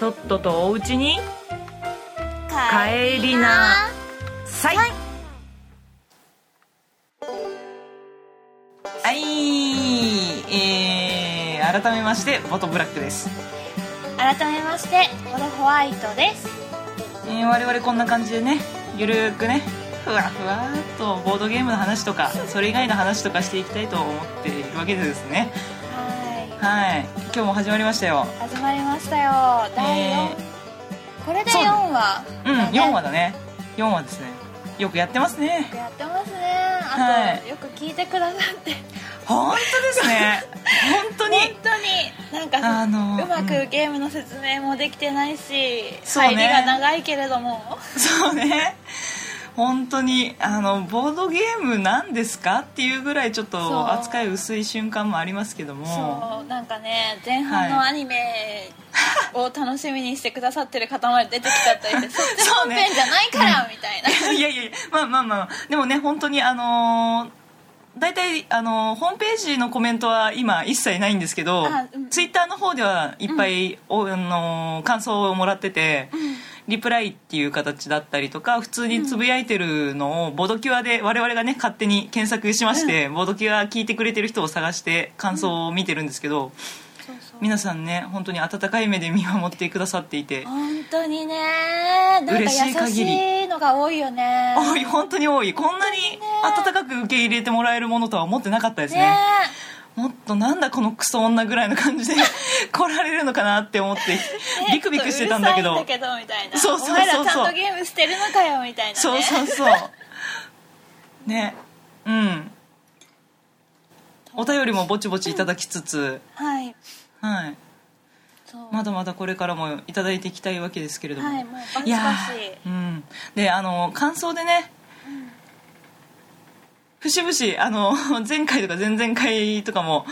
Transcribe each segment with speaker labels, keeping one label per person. Speaker 1: とっととお家に帰りなさい
Speaker 2: はい
Speaker 1: はい、えー、改めましてボトブラックです、
Speaker 2: 改めましてボドホワイトです
Speaker 1: えー我々こんな感じでねゆるーくねふわふわーっとボードゲームの話とかそれ以外の話とかしていきたいと思っているわけでですね
Speaker 2: は
Speaker 1: はい今日も始まりましたよ
Speaker 2: い始まりましたよ第4、
Speaker 1: え
Speaker 2: これで
Speaker 1: そう
Speaker 2: 4話
Speaker 1: うん
Speaker 2: だね
Speaker 1: 4話だね4話ですねよくやってますね
Speaker 2: やってますねあと、
Speaker 1: はい
Speaker 2: よく聞いてくださって
Speaker 1: 本当です ね本当に
Speaker 2: 本当になんか
Speaker 1: あの
Speaker 2: うま
Speaker 1: う
Speaker 2: くゲームの説明もできてないし、
Speaker 1: そう
Speaker 2: 入
Speaker 1: ね
Speaker 2: りが長いけれども
Speaker 1: そうね本当にあのボードゲームなんですかっていうぐらいちょっ
Speaker 2: そう
Speaker 1: と扱い薄い瞬間もありますけども
Speaker 2: そうなんかね前半の
Speaker 1: は
Speaker 2: アニメを楽しみにしてくださってる方まで出てきちゃったりしてそっち
Speaker 1: そう
Speaker 2: 本
Speaker 1: ね
Speaker 2: 編じゃないから、みたいな
Speaker 1: いやいやいやまあまあまあでもね本当にあのー大体、あのーホームページのコメントは今一切ないんですけど、
Speaker 2: あうん
Speaker 1: ツイッターの方ではいっぱい、おあのー感想をもらってて、リプライっていう形だったりとか普通につぶやいてるのをボドキュアで我々がね勝手に検索しまして、ボドキュア聞いてくれてる人を探して感想を見てるんですけど、
Speaker 2: そうそう
Speaker 1: 皆さんね本当に温かい目で見守ってくださっていて
Speaker 2: 本当にねなんか優
Speaker 1: 嬉しい限り
Speaker 2: しいのが多いよね
Speaker 1: 多い本当に多いこんなに温かく受け入れてもらえるものとは思ってなかったですねもっとなんだこのクソ女ぐらいの感じで 来られるのかなって思って
Speaker 2: え
Speaker 1: ビクビクしてたんだけど
Speaker 2: うるさいんだけどみたいな
Speaker 1: そうそうそうそう
Speaker 2: お前らちゃんとゲームしてるのかよみたいな、ね、
Speaker 1: そうそうそうねうんお便りもぼちぼちいただきつつ、
Speaker 2: はい
Speaker 1: はい、
Speaker 2: そう、
Speaker 1: まだまだこれからもいただいていきたいわけですけれども、
Speaker 2: はいもうバシバシ
Speaker 1: いやーうん、であの感想でね、節々あの前回とか前々回とかも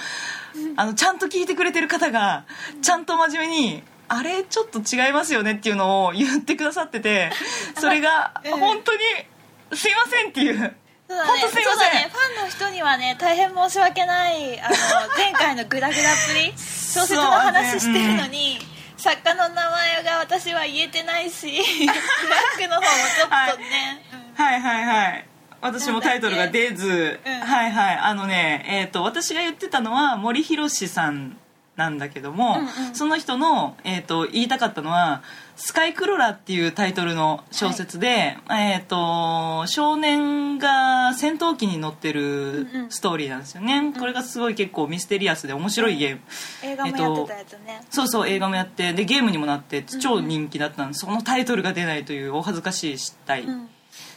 Speaker 1: あのちゃんと聞いてくれてる方がちゃんと真面目に「あれちょっと違いますよね」っていうのを言ってくださっててそれが
Speaker 2: うん
Speaker 1: 本当に「すいません」っていう。
Speaker 2: そうだ
Speaker 1: ほん
Speaker 2: ね
Speaker 1: とすいません
Speaker 2: そうだねファンの人にはね大変申し訳ないあの前回のグダグダっぷ り小説の話してるのに、作家の名前が私は言えてないしブラックの方もちょっとね、
Speaker 1: はいはいはい私もタイトルが出ず、
Speaker 2: うん
Speaker 1: はいはいあのねえっ、と私が言ってたのは森博さんなんだけども、
Speaker 2: うんうん
Speaker 1: その人の、えー、と言いたかったのは「スカイクロラ」っていうタイトルの小説で、えっ、と少年が戦闘機に乗ってる
Speaker 2: うんうん
Speaker 1: ストーリーなんですよね、これがすごい結構ミステリアスで面白いゲーム、
Speaker 2: うん映画もやってたやつね、
Speaker 1: そうそう映画もやってでゲームにもなって超人気だったんです、そのタイトルが出ないというお恥ずかしい失態、
Speaker 2: うん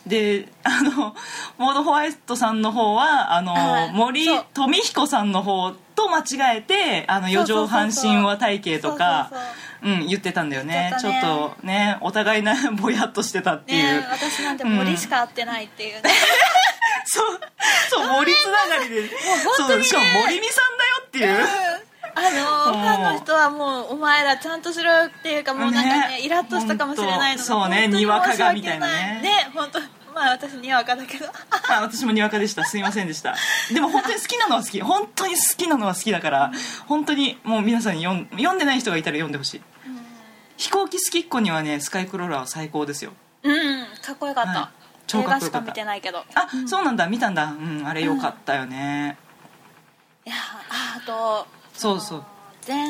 Speaker 1: であのモードホワイトさんの方はあの
Speaker 2: はい
Speaker 1: 森
Speaker 2: そう
Speaker 1: 富彦さんの方と間違えてあ
Speaker 2: そ
Speaker 1: の
Speaker 2: う
Speaker 1: 四
Speaker 2: そうそうそう
Speaker 1: 畳半神話体系とか
Speaker 2: そうそう
Speaker 1: うん言ってたんだよねちょ
Speaker 2: 言っ
Speaker 1: って
Speaker 2: たね
Speaker 1: とねお互いな ぼやっとしてたっていう、
Speaker 2: ね私なんて森しか会ってないっていうね、
Speaker 1: そうそう森つながりで
Speaker 2: 本当にね
Speaker 1: そうしかも森美さんだよっていう。
Speaker 2: あの
Speaker 1: もう
Speaker 2: ファンの人はもうお前らちゃんとしろよっていうかもうなんかね
Speaker 1: ね
Speaker 2: イラッとしたかもしれないのが
Speaker 1: ほんとそうね
Speaker 2: 本当
Speaker 1: にわかが
Speaker 2: 申し訳
Speaker 1: みたいなね
Speaker 2: ね本当まあ私にわかだけど
Speaker 1: あ私もにわかでしたすいませんでしたでも本当に好きなのは好き本当に好きなのは好きだから本当にもう皆さんに読ん読んでない人がいたら読んでほしい飛行機好きっ子にはねスカイクローラーは最高ですよ
Speaker 2: うんかっこよかった、
Speaker 1: はい超かっこよか
Speaker 2: 映画しか
Speaker 1: った
Speaker 2: 見てないけど
Speaker 1: あ、そうなんだ見たんだうんあれよかったよね、
Speaker 2: いやああと
Speaker 1: そうそう
Speaker 2: 前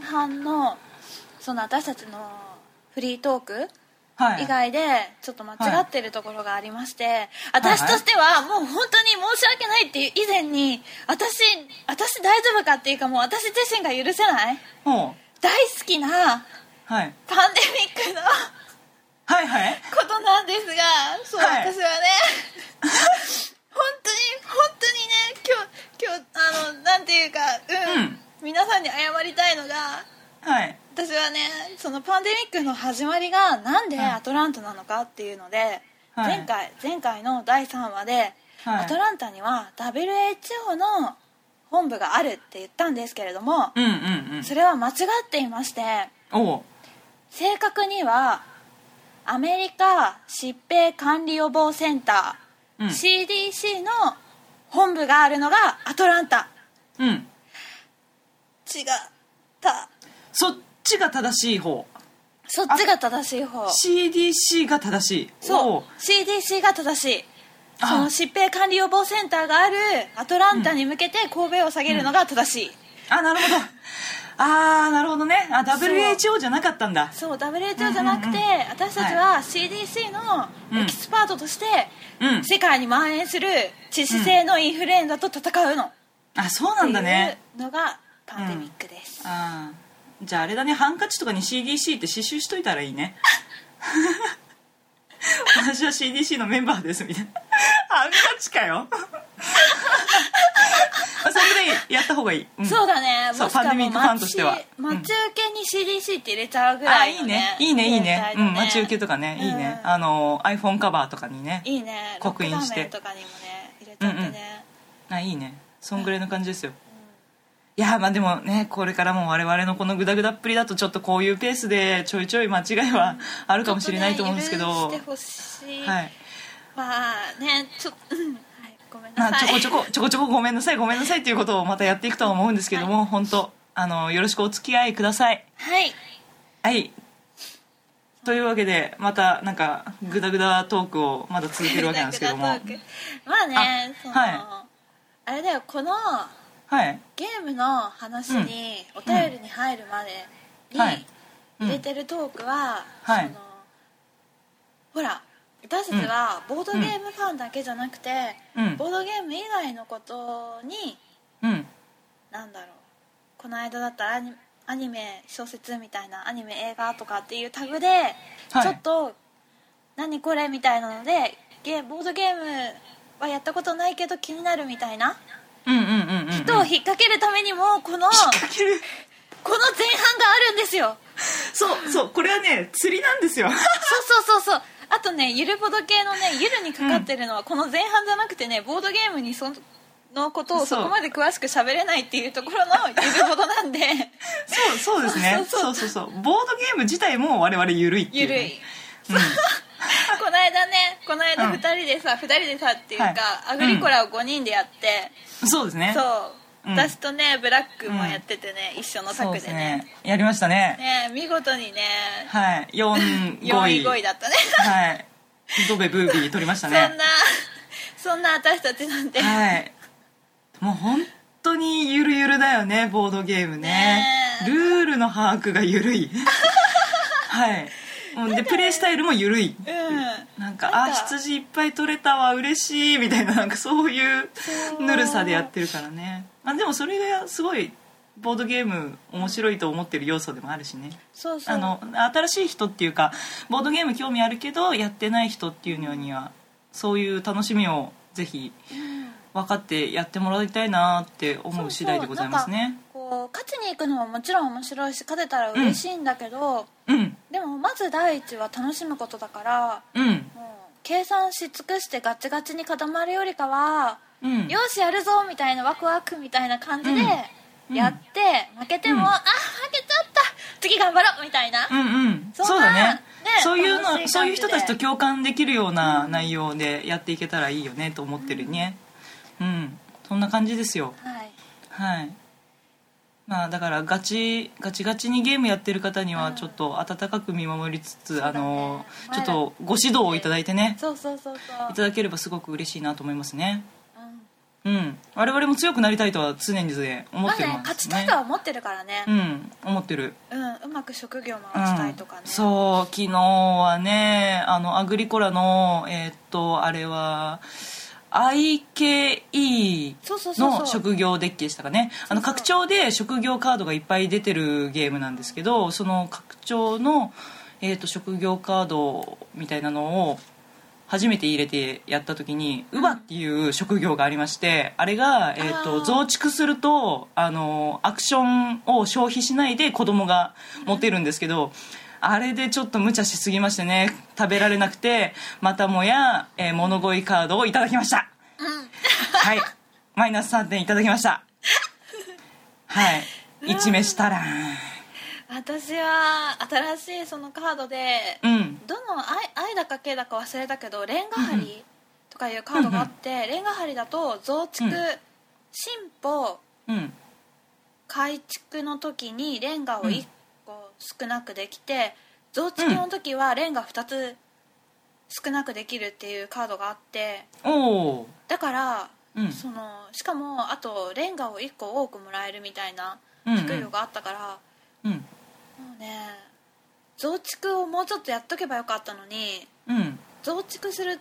Speaker 2: 半のその私たちのフリートーク
Speaker 1: はい
Speaker 2: 以外でちょっと間違ってるところがありまして、私としてはもう本当に申し訳ないっていう以前に私私大丈夫かっていうかもう私自身が許せない
Speaker 1: も
Speaker 2: 大好きな
Speaker 1: うはい
Speaker 2: パンデミックの
Speaker 1: はいはい
Speaker 2: ことなんですがそう、
Speaker 1: はい
Speaker 2: 私はね 本当に本当にね今日今日あのなんていうかうん、
Speaker 1: うん
Speaker 2: 皆さんに謝りたいのが
Speaker 1: はい
Speaker 2: 私はねそのパンデミックの始まりがなんでアトランタなのかっていうので、
Speaker 1: はい
Speaker 2: 前回前回の第3話で、
Speaker 1: はい
Speaker 2: アトランタには WHO の本部があるって言ったんですけれども、
Speaker 1: うんうんうん
Speaker 2: それは間違っていまして
Speaker 1: おう
Speaker 2: 正確にはアメリカ疾病管理予防センター、
Speaker 1: うん
Speaker 2: CDC の本部があるのがアトランタ
Speaker 1: うん
Speaker 2: 違った
Speaker 1: そっちが正しい方
Speaker 2: そっちが正しい方
Speaker 1: CDC が正しい
Speaker 2: そ
Speaker 1: お
Speaker 2: う CDC が正しい
Speaker 1: あ
Speaker 2: その疾病管理予防センターがあるアトランタに向けて神戸を下げるのが正しい、
Speaker 1: あなるほどああなるほどねあ WHO じゃなかったんだ
Speaker 2: そう WHO じゃなくて、
Speaker 1: うんうん
Speaker 2: 私たちは CDC のエキスパートとして、
Speaker 1: うん
Speaker 2: 世界に蔓延する致死性のインフルエンザと戦うの、
Speaker 1: あそうなんだね
Speaker 2: っていうのがパンデミックです、
Speaker 1: あーじゃああれだねハンカチとかに CDC って刺繍しといたらいいね 私は CDC のメンバーですみたいなハンカチかよ それぐらいやった方がいい、うん
Speaker 2: そうだね
Speaker 1: そう
Speaker 2: もしか
Speaker 1: パンデミックファンとしてはうん
Speaker 2: 待ち受けに CDC って入れちゃうぐ
Speaker 1: あ
Speaker 2: らい
Speaker 1: いい
Speaker 2: の、
Speaker 1: ね
Speaker 2: ね、
Speaker 1: いいねいいね、
Speaker 2: 状態
Speaker 1: う
Speaker 2: だ
Speaker 1: ん、待ち受けとかねいいね、
Speaker 2: うん
Speaker 1: あの iPhone カバーとかにね
Speaker 2: いいね
Speaker 1: 刻印して
Speaker 2: ロック画面とかにもね入れちゃってね、
Speaker 1: うんうんあいいねそんぐらいの感じですよ、いやーまあでもねこれからも我々のこのグダグダっぷりだとちょっとこういうペースでちょいちょい間違いはあるかもしれないと思うんですけど、
Speaker 2: ちょっとね許してほしい、
Speaker 1: はい、
Speaker 2: まあねちょっと、うんはい、ごめんな
Speaker 1: まあ、
Speaker 2: さ
Speaker 1: ち
Speaker 2: い
Speaker 1: ょこちょこちょこちょこごめんなさいごめんなさいっていうことをまたやっていくとは思うんですけども、本当あのよろしくお付き合いください
Speaker 2: はい
Speaker 1: はいというわけでまたなんかグダグダトークをまだ続けるわけなんです けども
Speaker 2: グダグダトークまあね
Speaker 1: あ
Speaker 2: その、
Speaker 1: は
Speaker 2: あれだよこの
Speaker 1: はい
Speaker 2: ゲームの話に、お便りに入るまでに、
Speaker 1: はいうん
Speaker 2: 入れてるトークは、
Speaker 1: はい
Speaker 2: そのほら私たちはボードゲームファンだけじゃなくて、
Speaker 1: うん
Speaker 2: ボードゲーム以外のことに
Speaker 1: うん
Speaker 2: なんだろうこの間だったらアニアニメ小説みたいなアニメ映画とかっていうタグで、
Speaker 1: はい
Speaker 2: ちょっと「何これ?」みたいなのでゲーボードゲームはやったことないけど気になるみたいな
Speaker 1: うんうんうんうんうん
Speaker 2: 人を引っ掛けるためにもこ のこの前
Speaker 1: かける
Speaker 2: 半があるんですよ
Speaker 1: そうそうこれはね釣りなんですよ
Speaker 2: そうそうそうそうあとねゆるボード系のねゆるにかかってるのはこの前半じゃなくてねボードゲームにそのことを
Speaker 1: そう
Speaker 2: そこまで詳しく喋れないっていうところのゆるボードなんで
Speaker 1: そうそうですねそ
Speaker 2: そう
Speaker 1: そうそうボードゲーム自体も我々 ゆるいってい
Speaker 2: ゆ
Speaker 1: うね、
Speaker 2: るい。この間ねこの間2人でさ、二2人でさっていうか、
Speaker 1: はい
Speaker 2: アグリコラを5人でやって、
Speaker 1: うんそうですね
Speaker 2: そう、
Speaker 1: うん
Speaker 2: 私とねブラックもやっててね、一緒の
Speaker 1: そう
Speaker 2: 作
Speaker 1: で
Speaker 2: ですね
Speaker 1: ねやりましたね
Speaker 2: ね見事にね
Speaker 1: はい
Speaker 2: 4
Speaker 1: 4
Speaker 2: 位
Speaker 1: 5
Speaker 2: 5位
Speaker 1: 位
Speaker 2: だったね
Speaker 1: はいドベブービー取りました
Speaker 2: そん
Speaker 1: ね
Speaker 2: なそんな私たちなんて、
Speaker 1: はいもう本当にゆるゆるだよねボードゲームね
Speaker 2: ねえ
Speaker 1: ルールの把握がゆ るいはいもうでプレイスタイルもゆるい
Speaker 2: うん
Speaker 1: なんか
Speaker 2: なんか
Speaker 1: あ羊いっぱい取れたわ嬉しいみたいななんかそういう
Speaker 2: そう
Speaker 1: ぬるさでやってるからねあでもそれがすごいボードゲーム面白いと思ってる要素でもあるしね
Speaker 2: そうそう
Speaker 1: あの新しい人っていうかボードゲーム興味あるけどやってない人っていうのにはそういう楽しみをぜひ分かってやってもらいたいなって思う次第でございますね
Speaker 2: そうそうなんかこう勝ちに行くのももちろん面白いし勝てたら嬉しいんだけど、
Speaker 1: うん
Speaker 2: でもまず第一は楽しむことだから
Speaker 1: うん
Speaker 2: もう計算し尽くしてガチガチに固まるよりかは、
Speaker 1: うん
Speaker 2: よしやるぞみたいなワクワクみたいな感じで
Speaker 1: うん
Speaker 2: やって、負けても、
Speaker 1: うん
Speaker 2: あ負けちゃった次頑張ろうみたいな、
Speaker 1: うんうん
Speaker 2: そんな
Speaker 1: そうだね
Speaker 2: ね
Speaker 1: そういう
Speaker 2: 楽しい感じ
Speaker 1: の
Speaker 2: で
Speaker 1: そういう人たちと共感できるような内容でやっていけたらいいよねと思ってるねうんそんな感じですよ
Speaker 2: はい
Speaker 1: はいまあだからガチガチガチにゲームやってる方には
Speaker 2: うん
Speaker 1: ちょっと温かく見守りつつ、
Speaker 2: そうだ
Speaker 1: あ
Speaker 2: ね
Speaker 1: のちょ
Speaker 2: 前
Speaker 1: っとご指導をいただいてね
Speaker 2: そうそうそうそう
Speaker 1: いただければすごく嬉しいなと思いますね
Speaker 2: うん
Speaker 1: うん我々も強くなりたいとは常に思
Speaker 2: ま
Speaker 1: っ
Speaker 2: あ
Speaker 1: て
Speaker 2: ね
Speaker 1: るもんで
Speaker 2: 勝
Speaker 1: す
Speaker 2: ち
Speaker 1: ね
Speaker 2: たいとは思ってるからね、
Speaker 1: うん思ってる
Speaker 2: うんうまく職業回したいとかね、
Speaker 1: うんそう昨日はねあのアグリコラのえーっとあれは IKE
Speaker 2: そうそうそうそう
Speaker 1: の職業デッキでしたかねあの
Speaker 2: そうそう
Speaker 1: 拡張で職業カードがいっぱい出てるゲームなんですけどその拡張の、えーっと職業カードみたいなのを初めて入れてやった時に乳母っていう職業がありましてあれが、えー、
Speaker 2: あ
Speaker 1: と
Speaker 2: ー
Speaker 1: 増築するとあのアクションを消費しないで子供が持てるんですけど、あれでちょっと無茶しすぎましてね食べられなくてまたもや、えー物乞いカードをいただきましたはいマイナス3点いただきましたはい一目したら
Speaker 2: 私は新しいそのカードで、
Speaker 1: うん
Speaker 2: どの愛愛だか K だか忘れたけどレンガ張りとかいうカードがあって、レンガ張りだと増築、
Speaker 1: うん
Speaker 2: 進歩
Speaker 1: うん
Speaker 2: 改築の時にレンガを1個少なくできて、増築の時はレンガ2つ少なくできるっていうカードがあって
Speaker 1: おお
Speaker 2: だから、
Speaker 1: うん
Speaker 2: そのしかもあとレンガを1個多くもらえるみたいな
Speaker 1: うんうん
Speaker 2: 低いのがあったから、
Speaker 1: うん
Speaker 2: もうね増築をもうちょっとやっとけばよかったのに
Speaker 1: うん
Speaker 2: 増築する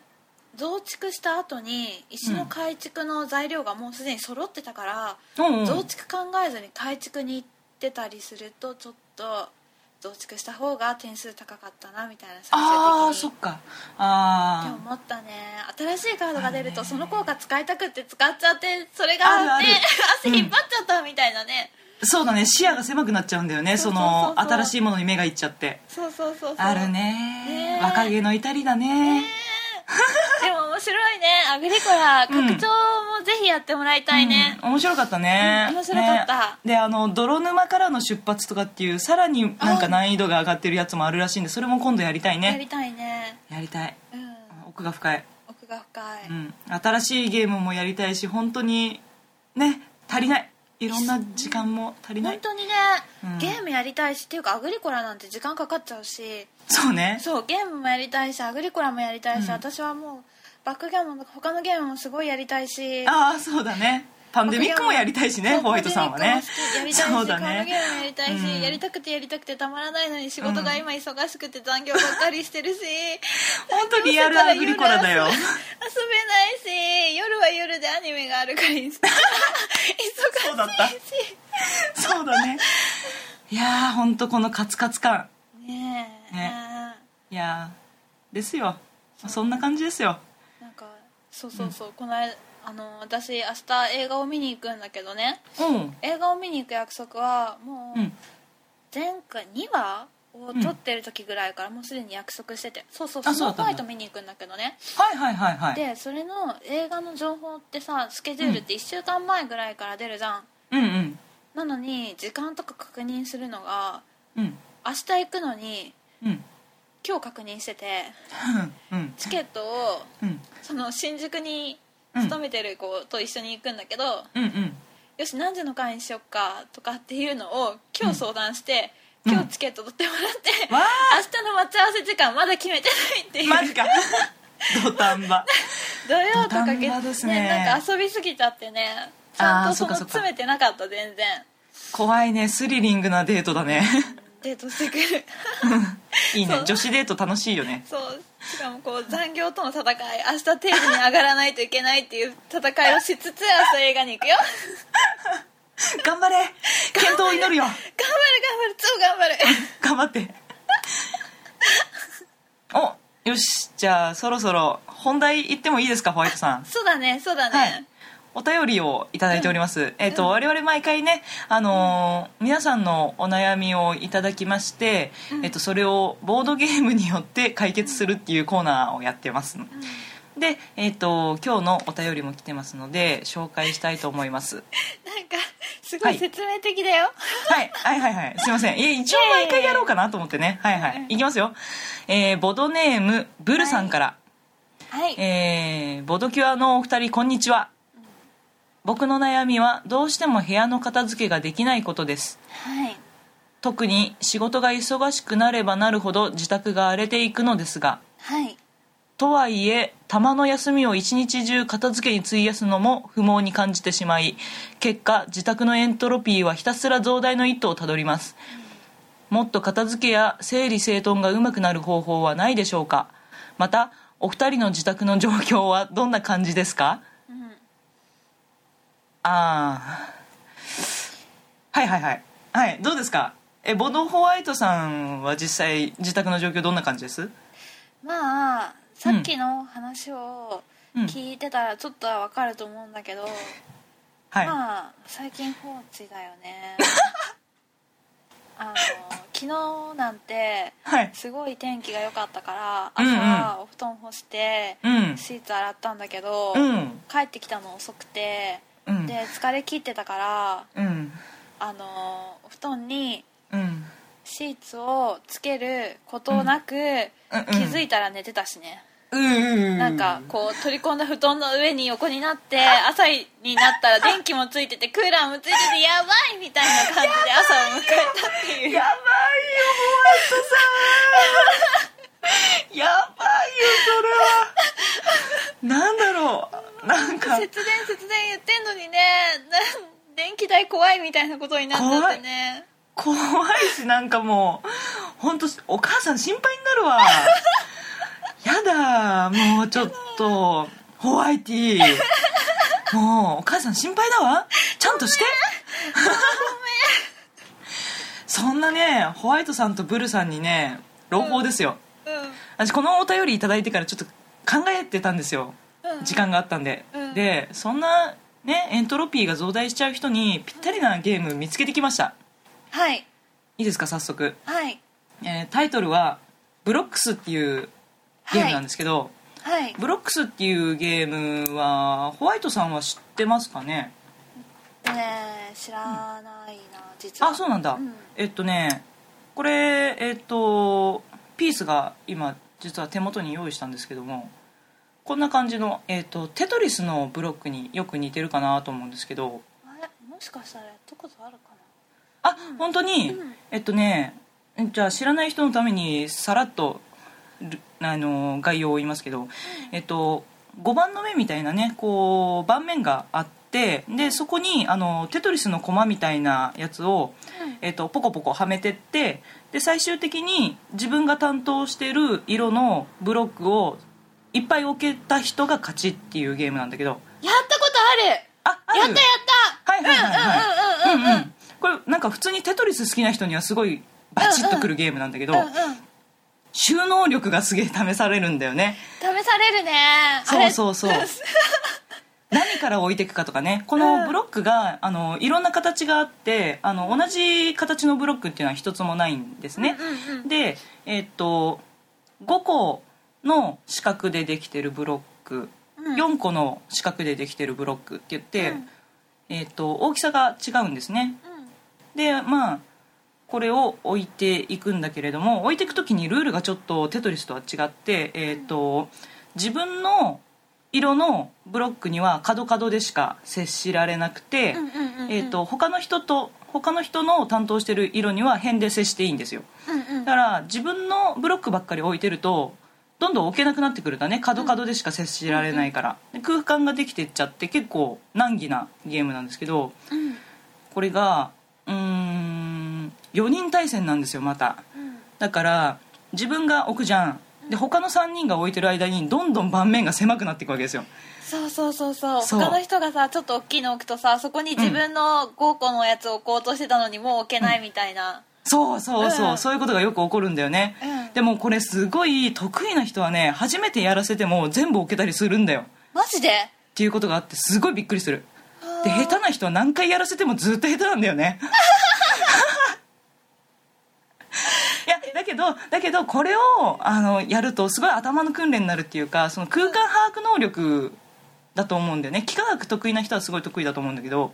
Speaker 2: 増築した後に石の改築の材料がもうすでに揃ってたから、
Speaker 1: うんうん
Speaker 2: 増築考えずに改築に行ってたりするとちょっと増築した方が点数高かったなみたいな最
Speaker 1: ああ
Speaker 2: 終
Speaker 1: そっ
Speaker 2: 的に
Speaker 1: か
Speaker 2: って
Speaker 1: ああ
Speaker 2: 思ったね新しいカードが出るとその効果使いたくって使っちゃってそれが
Speaker 1: あるある
Speaker 2: ね
Speaker 1: う
Speaker 2: 足
Speaker 1: ん
Speaker 2: 引っ張っちゃったみたいなね、
Speaker 1: そうだね視野が狭くなっちゃうんだよね
Speaker 2: そ
Speaker 1: そう
Speaker 2: そうそうそう
Speaker 1: の新しいものに目がいっちゃって
Speaker 2: そうそうそうそう
Speaker 1: ある
Speaker 2: ね
Speaker 1: ね
Speaker 2: え
Speaker 1: 若気の至りだね
Speaker 2: でも面白いねアグリコラ
Speaker 1: うん
Speaker 2: 拡張もぜひやってもらいたいね、
Speaker 1: うん面白かったね、
Speaker 2: うん面白かった
Speaker 1: ねであの泥沼からの出発とかっていうさらになんか難易度が上がってるやつもあるらしいんでそれも今度やりたい
Speaker 2: や
Speaker 1: ね
Speaker 2: りたいね
Speaker 1: やりたい
Speaker 2: うん
Speaker 1: 奥が深い、
Speaker 2: 奥が深い、
Speaker 1: うん、新しいゲームもやりたいし本当にね足りないいろんな時間も足りない
Speaker 2: 本当にね、
Speaker 1: うん
Speaker 2: ゲームやりたいしっていうかアグリコラなんて時間かかっちゃうし
Speaker 1: そうね
Speaker 2: そうゲームもやりたいしアグリコラもやりたいし、
Speaker 1: うん
Speaker 2: 私はもうバックギャーモンとか他のゲームもすごいやりたいし
Speaker 1: ああそうだねパンデミックもやりたいしね
Speaker 2: そう
Speaker 1: ホワイトさんはね
Speaker 2: パンデミックも
Speaker 1: そ
Speaker 2: 好
Speaker 1: う
Speaker 2: きやりたいし、他の
Speaker 1: だ
Speaker 2: ゲ
Speaker 1: ね
Speaker 2: ームやりたいし、
Speaker 1: うん
Speaker 2: やりたくてやりたくてたまらないのに仕事が今忙しくて残業ばっかりしてるし、
Speaker 1: 本当リアルアグリコラだよ
Speaker 2: 遊べないし夜は夜でアニメがあるから忙しいし
Speaker 1: そうだったそうだねいやー本当このカツカツ感
Speaker 2: ねえ
Speaker 1: ねいやーですよそんな感じですよ
Speaker 2: なんかそうそうそう、この間あの私明日映画を見に行くんだけどね
Speaker 1: うん
Speaker 2: 映画を見に行く約束はもう
Speaker 1: うん
Speaker 2: 前回2話を撮ってる時ぐらいからもうすでに約束してて、そうそう
Speaker 1: あ
Speaker 2: スノーホワイト
Speaker 1: そうだったんだ
Speaker 2: 見に行くんだけどね
Speaker 1: はいはいはいはい
Speaker 2: でそれの映画の情報ってさスケジュールって1週間前ぐらいから出るじゃん
Speaker 1: うんうん
Speaker 2: なのに時間とか確認するのが
Speaker 1: うん
Speaker 2: 明日行くのに
Speaker 1: うん
Speaker 2: 今日確認してて
Speaker 1: うん
Speaker 2: チケットを
Speaker 1: うん
Speaker 2: その新宿に勤めてる子と一緒に行くんだけど、
Speaker 1: うんうん
Speaker 2: よし何時の会にしよっかとかっていうのを今日相談して、
Speaker 1: うん
Speaker 2: 今日チケット取ってもらって、
Speaker 1: わ
Speaker 2: 明日の待ち合わせ時間まだ決めてないってい
Speaker 1: ー
Speaker 2: う
Speaker 1: マジか土壇場
Speaker 2: 土曜とか
Speaker 1: 土壇場です
Speaker 2: 月、
Speaker 1: ね
Speaker 2: なんか遊びすぎちゃってねちゃん
Speaker 1: あー
Speaker 2: とその
Speaker 1: そっかそっか
Speaker 2: 詰めてなかった全然
Speaker 1: 怖いねスリリングなデートだね
Speaker 2: デートしてくる
Speaker 1: いい
Speaker 2: そ
Speaker 1: ね
Speaker 2: う
Speaker 1: 女子デート楽しいよね
Speaker 2: そうしかもこう残業との戦い明日定時に上がらないといけないっていう戦いをしつつ明日映画に行くよ
Speaker 1: 頑張れ健闘を祈るよ
Speaker 2: 頑張る頑張る超頑張る
Speaker 1: 頑張って およしじゃあそろそろ本題行ってもいいですかホワイトさん
Speaker 2: そうだねそうだね、
Speaker 1: はいお便りをいただいております、えっ、と、我々毎回ね、あのー皆さんのお悩みをいただきまして、えっと、それをボードゲームによって 解決するっていうコーナーをやってます、で、えっと、今日のお便りも来てますので紹介したいと思います
Speaker 2: なんかすごい説明的だよ、
Speaker 1: はい、はいはいはいすいませんいえ一応毎回やろうかなと思ってねはいはいいきますよ、えーボドネームブルさんから、
Speaker 2: はい
Speaker 1: えーボドキュアのお二人こんにちは僕の悩みはどうしても部屋の片付けができないことです
Speaker 2: はい
Speaker 1: 特に仕事が忙しくなればなるほど自宅が荒れていくのですが
Speaker 2: はい
Speaker 1: とはいえたまの休みを一日中片付けに費やすのも不毛に感じてしまい結果自宅のエントロピーはひたすら増大の一途をたどりますもっと片付けや整理整頓がうまくなる方法はないでしょうかまたお二人の自宅の状況はどんな感じですか、ああはいはいはいはいどうですかえボドホワイトさんは実際自宅の状況どんな感じです
Speaker 2: まあさっきの話を
Speaker 1: うん
Speaker 2: 聞いてたらちょっとはわかると思うんだけど、
Speaker 1: はい、
Speaker 2: まあ最近放置だよ ねあの昨日なんて
Speaker 1: はい
Speaker 2: すごい天気が良かったから
Speaker 1: うんうん
Speaker 2: 朝お布団干して
Speaker 1: うん
Speaker 2: シーツ洗ったんだけど、
Speaker 1: うん
Speaker 2: 帰ってきたの遅くて
Speaker 1: うん
Speaker 2: で疲れ切ってたから
Speaker 1: うん
Speaker 2: あのお布団に
Speaker 1: うん
Speaker 2: シーツをつけることなく、気づいたら寝てたしね、
Speaker 1: うん
Speaker 2: なんかこう取り込んだ布団の上に横にな って朝になったら電気もついててクーラーもついててやばいみたいな感じで朝を迎えたっていう
Speaker 1: やばいよホワイトさんやばいよそれはなんだろうなんか
Speaker 2: 節電節電言ってんのにねなん電気代怖いみたいなことになっちゃってね
Speaker 1: 怖いしなんかもう本当お母さん心配に なるわやだもうちょっとホワイティもうお母さん心配だわちゃんとしてそんなねホワイトさんとブルさんにね朗報ですよ、私このお便りいただいてからちょっと考えてたんですよ
Speaker 2: うんうん
Speaker 1: 時間があったんで、
Speaker 2: うん
Speaker 1: でそんなねエントロピーが増大しちゃう人にぴったりなゲーム見つけてきました
Speaker 2: はい
Speaker 1: いいですか早速、
Speaker 2: はい
Speaker 1: えータイトルは「ブロックス」っていうゲームなんですけど、
Speaker 2: はい
Speaker 1: ブロックスっていうゲームはホワイトさんは知ってますかね
Speaker 2: ねえ知らないな実は
Speaker 1: あそうなんだ、
Speaker 2: うん
Speaker 1: えっとねこれえっとピースが今実は手元に用意したんですけどもこんな感じの、えっと、テトリスのブロックによく似てるかなと思うんですけど
Speaker 2: あれもしかしたらやったことあるか
Speaker 1: あ本当に、
Speaker 2: うん
Speaker 1: えっとねじゃあ知らない人のためにさらっとるあの概要を言いますけど、えっと5番の目みたいなねこう盤面があってでそこにあのテトリスの駒みたいなやつを
Speaker 2: な、うん
Speaker 1: えっとポコポコはめてってで最終的に自分が担当してる色のブロックをいっぱい置けた人が勝ちっていうゲームなんだけど
Speaker 2: やったことある
Speaker 1: あある
Speaker 2: やったやった
Speaker 1: はいはいはいはい
Speaker 2: うんうんうんうんうん
Speaker 1: これなんか普通にテトリス好きな人にはすごいバチッとくるゲームなんだけど、
Speaker 2: うんうん
Speaker 1: 収納力がすげえ試されるんだよね
Speaker 2: 試されるねあ
Speaker 1: そう
Speaker 2: れ
Speaker 1: そうそう何から置いていくかとかねこのブロックが、あのいろんな形があってあの同じ形のブロックっていうのは一つもないんですね、
Speaker 2: うんうんうん
Speaker 1: でえっと5個の四角でできてるブロック、
Speaker 2: うん
Speaker 1: 4個の四角でできてるブロックって言って、
Speaker 2: うん
Speaker 1: えっと大きさが違うんですね
Speaker 2: うん
Speaker 1: でまあこれを置いていくんだけれども置いていく時にルールがちょっとテトリスとは違って、えっと自分の色のブロックには角角でしか接しられなくて、
Speaker 2: うんうんうんうん
Speaker 1: えっと他の人と他の人の担当してる色には辺で接していいんですよ。
Speaker 2: うんうん
Speaker 1: だから自分のブロックばっかり置いてるとどんどん置けなくなってくるんだね角角でしか接しられないから、で空間ができてっちゃって結構難儀なゲームなんですけど
Speaker 2: うん
Speaker 1: これがうーん4人対戦なんですよまた
Speaker 2: うん
Speaker 1: だから自分が置くじゃんで他の3人が置いてる間にどんどん盤面が狭くなっていくわけですよ
Speaker 2: そうそうそうそう
Speaker 1: そう
Speaker 2: 他の人がさちょっと大きいの置くとさそこに自分の5個のやつを置こうとしてたのにもう置けないみたいな
Speaker 1: そうそうそう、
Speaker 2: うん
Speaker 1: そういうことがよく起こるんだよね、
Speaker 2: うん
Speaker 1: でもこれすごい得意な人はね初めてやらせても全部置けたりするんだよ
Speaker 2: マジで
Speaker 1: っていうことがあってすごいびっくりするで
Speaker 2: あー
Speaker 1: 下手な人は何回やらせてもずっと下手なんだよねいやだけどだけどこれをあのやるとすごい頭の訓練になるっていうかその空間把握能力だと思うんだよね幾何学得意な人はすごい得意だと思うんだけど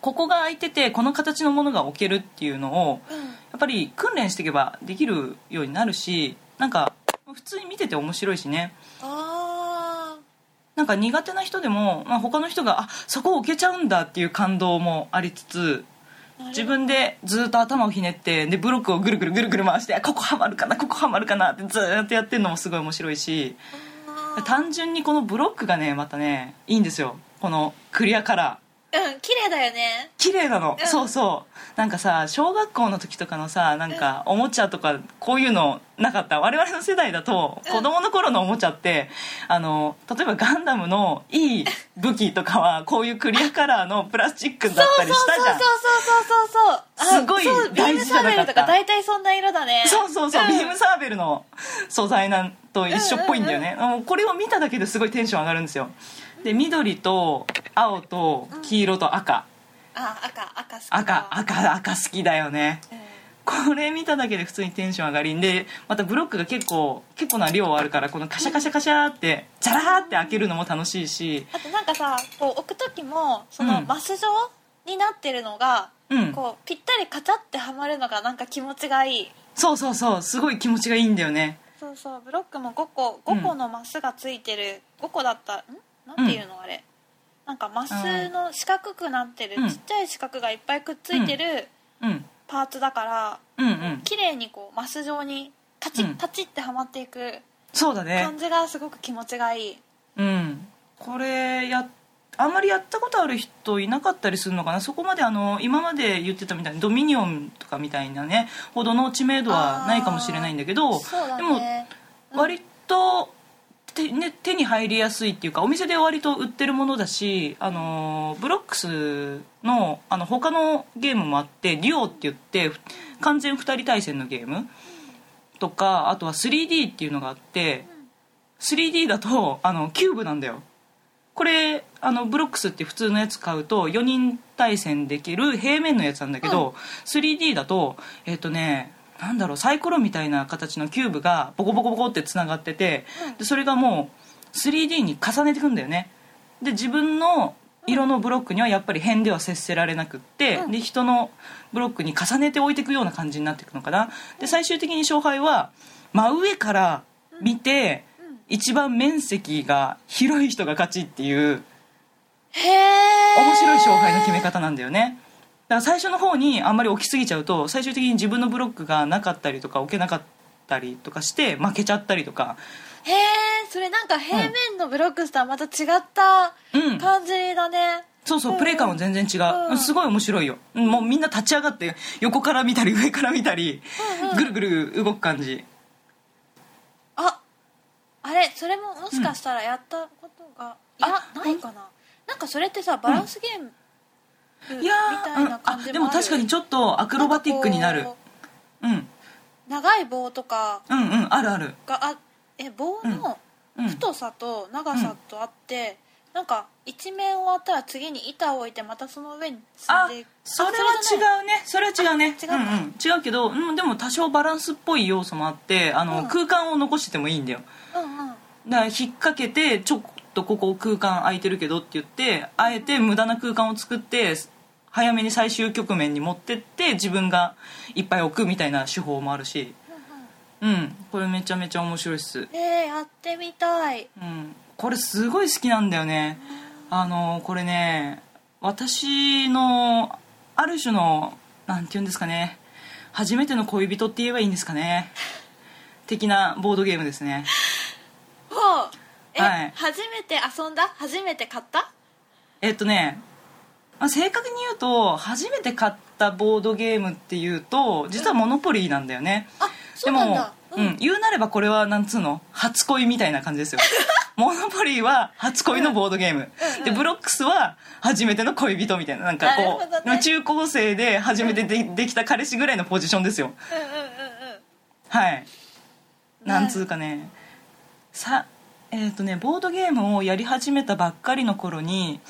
Speaker 1: ここが空いててこの形のものが置けるっていうのを
Speaker 2: うんうん
Speaker 1: やっぱり訓練していけばできるようになるしなんか普通に見てて面白いしね
Speaker 2: あ
Speaker 1: なんか苦手な人でも、まあ、他の人があそこ置けちゃうんだっていう感動もありつつ
Speaker 2: ーなる
Speaker 1: 自分でずっと頭をひねってでブロックをぐるぐるぐるぐる回してあここはまるかなここはまるかなってずーっとやってるのもすごい面白いし
Speaker 2: あー
Speaker 1: 単純にこのブロックがねまたねいいんですよこのクリアカラー
Speaker 2: うん綺麗だよね
Speaker 1: 綺麗なの、
Speaker 2: うん
Speaker 1: そうそうなんかさ小学校の時とかのさなんかおもちゃとかこういうのなかった我々の世代だと
Speaker 2: うん
Speaker 1: 子供の頃のおもちゃってあの例えばガンダムのいい武器とかはこういうクリアカラーのプラスチックだったりしたじゃん
Speaker 2: そうそうそうそうそうそうそうあ
Speaker 1: すごい
Speaker 2: そうビーム
Speaker 1: 大
Speaker 2: サ
Speaker 1: 事
Speaker 2: サ
Speaker 1: ゃ
Speaker 2: ー
Speaker 1: な
Speaker 2: ベ
Speaker 1: か
Speaker 2: ル
Speaker 1: っ
Speaker 2: とか
Speaker 1: た
Speaker 2: 大体そんな色だね
Speaker 1: そうそうそう、
Speaker 2: ん
Speaker 1: ビームサーベルの素材なんと一緒っぽいんだよね、もうこれを見ただけですごいテンション上がるんですよで緑と青と黄色と赤、
Speaker 2: あ赤赤好きだ
Speaker 1: 赤赤赤好きだよね
Speaker 2: うん
Speaker 1: これ見ただけで普通にテンション上がりんでまたブロックが結構結構な量あるからこのカシャカシャカシャってジャラーって開けるのも楽しいし
Speaker 2: あとなんかさこう置く時もその
Speaker 1: うん
Speaker 2: マス状になってるのが、
Speaker 1: うん
Speaker 2: こうぴったりカチャってはまるのがなんか気持ちがいい
Speaker 1: そうそうそうすごい気持ちがいいんだよね
Speaker 2: そうそうブロックも5個5個のマスがついてる、5個だったんなんていうの、あれなんかマスの四角くなってる、
Speaker 1: うん
Speaker 2: ちっちゃい四角がいっぱいくっついてる
Speaker 1: うん
Speaker 2: パーツだから、
Speaker 1: うんうん
Speaker 2: 綺麗にこうマス状にカチ
Speaker 1: う
Speaker 2: ッ
Speaker 1: ん
Speaker 2: カチッってはまっていく
Speaker 1: そうだね
Speaker 2: 感じがすごく気持ちがいい、
Speaker 1: うんこれやあんまりやったことある人いなかったりするのかなそこまであの今まで言ってたみたいにドミニオンとかみたいなねほどの知名度はないかもしれないんだけど
Speaker 2: そうだ
Speaker 1: でも
Speaker 2: ねうん
Speaker 1: 割と手,、ね、手に入りやすいっていうかお店で割と売ってるものだしあのブロックスのあの他のゲームもあってデュオって言って完全2人対戦のゲームとかあとは 3D っていうのがあって
Speaker 2: うん
Speaker 1: 3D だとあのキューブなんだよこれあのブロックスって普通のやつ買うと4人対戦できる平面のやつなんだけど、3D だとえっ、とねなんだろうサイコロみたいな形のキューブがボコボコボコってつながってて
Speaker 2: うん
Speaker 1: でそれがもう 3D に重ねていくんだよねで自分の色のブロックにはやっぱり辺では接せられなくって、
Speaker 2: うん
Speaker 1: で人のブロックに重ねて置いていくような感じになっていくのかなで最終的に勝敗は真上から見て、
Speaker 2: うん
Speaker 1: 一番面積が広い人が勝ちっていう
Speaker 2: へえ
Speaker 1: 面白い勝敗の決め方なんだよねだから最初の方にあんまり置きすぎちゃうと最終的に自分のブロックがなかったりとか置けなかったりとかして負けちゃったりとか
Speaker 2: へえそれなんか平面のブロックスとはまた違った
Speaker 1: うん
Speaker 2: 感じだね、
Speaker 1: そうそううんプレイ感は全然違う、
Speaker 2: うん
Speaker 1: すごい面白いようんもうみんな立ち上がって横から見たり上から見たり
Speaker 2: うんうん
Speaker 1: ぐるぐる動く感じ
Speaker 2: ああれそれももしかしたらやったことが、いや
Speaker 1: あ
Speaker 2: ないかななんかそれってさバランスゲーム、
Speaker 1: いや
Speaker 2: みた
Speaker 1: ー
Speaker 2: いうなん感
Speaker 1: あ
Speaker 2: じ
Speaker 1: で
Speaker 2: も
Speaker 1: も
Speaker 2: ある
Speaker 1: 確かにちょっとアクロバティックになる
Speaker 2: んかこ
Speaker 1: うんうん
Speaker 2: う長い棒とか
Speaker 1: うんあるある
Speaker 2: があえ棒の
Speaker 1: うん
Speaker 2: 太さと長さとあって、なんか一面終わったら次に板を置いてまたその上に進ん
Speaker 1: あ
Speaker 2: でいく
Speaker 1: それは
Speaker 2: あじゃない
Speaker 1: 違うねそれは違うね
Speaker 2: あ違うの
Speaker 1: うんうん、違うけど、うん、でも多少バランスっぽい要素もあってあの、
Speaker 2: うん
Speaker 1: 空間を残しててもいいんだよ
Speaker 2: うんうん
Speaker 1: だから引っ掛けてちょっとここ空間空いてるけどって言ってあえて無駄な空間を作って早めに最終局面に持ってって自分がいっぱい置くみたいな手法もあるしうんこれめちゃめちゃ面白いっす、
Speaker 2: えー、やってみたい
Speaker 1: うん、これすごい好きなんだよねあのこれね私のある種のなんて言うんですかね初めての恋人って言えばいいんですかね的なボードゲームですね
Speaker 2: ほうえ、
Speaker 1: はい
Speaker 2: 初めて遊んだ初めて買った
Speaker 1: えっとね、まあ、正確に言うと初めて買ったボードゲームっていうと実はモノポリーなんだよね、
Speaker 2: あそうなんだ
Speaker 1: でも、うん言うなればこれはなんつうの初恋みたいな感じ ですよモノポリーは初恋のボードゲーム、
Speaker 2: うん
Speaker 1: でブロックスは初めての恋人みたいななんかこ
Speaker 2: なるほ
Speaker 1: う、
Speaker 2: どね
Speaker 1: 中高生で初めてで,、できた彼氏ぐらいのポジションですよ
Speaker 2: うんうんうんうん
Speaker 1: はいなんつうかねさえっ、とねボードゲームをやり始めたばっかりの頃に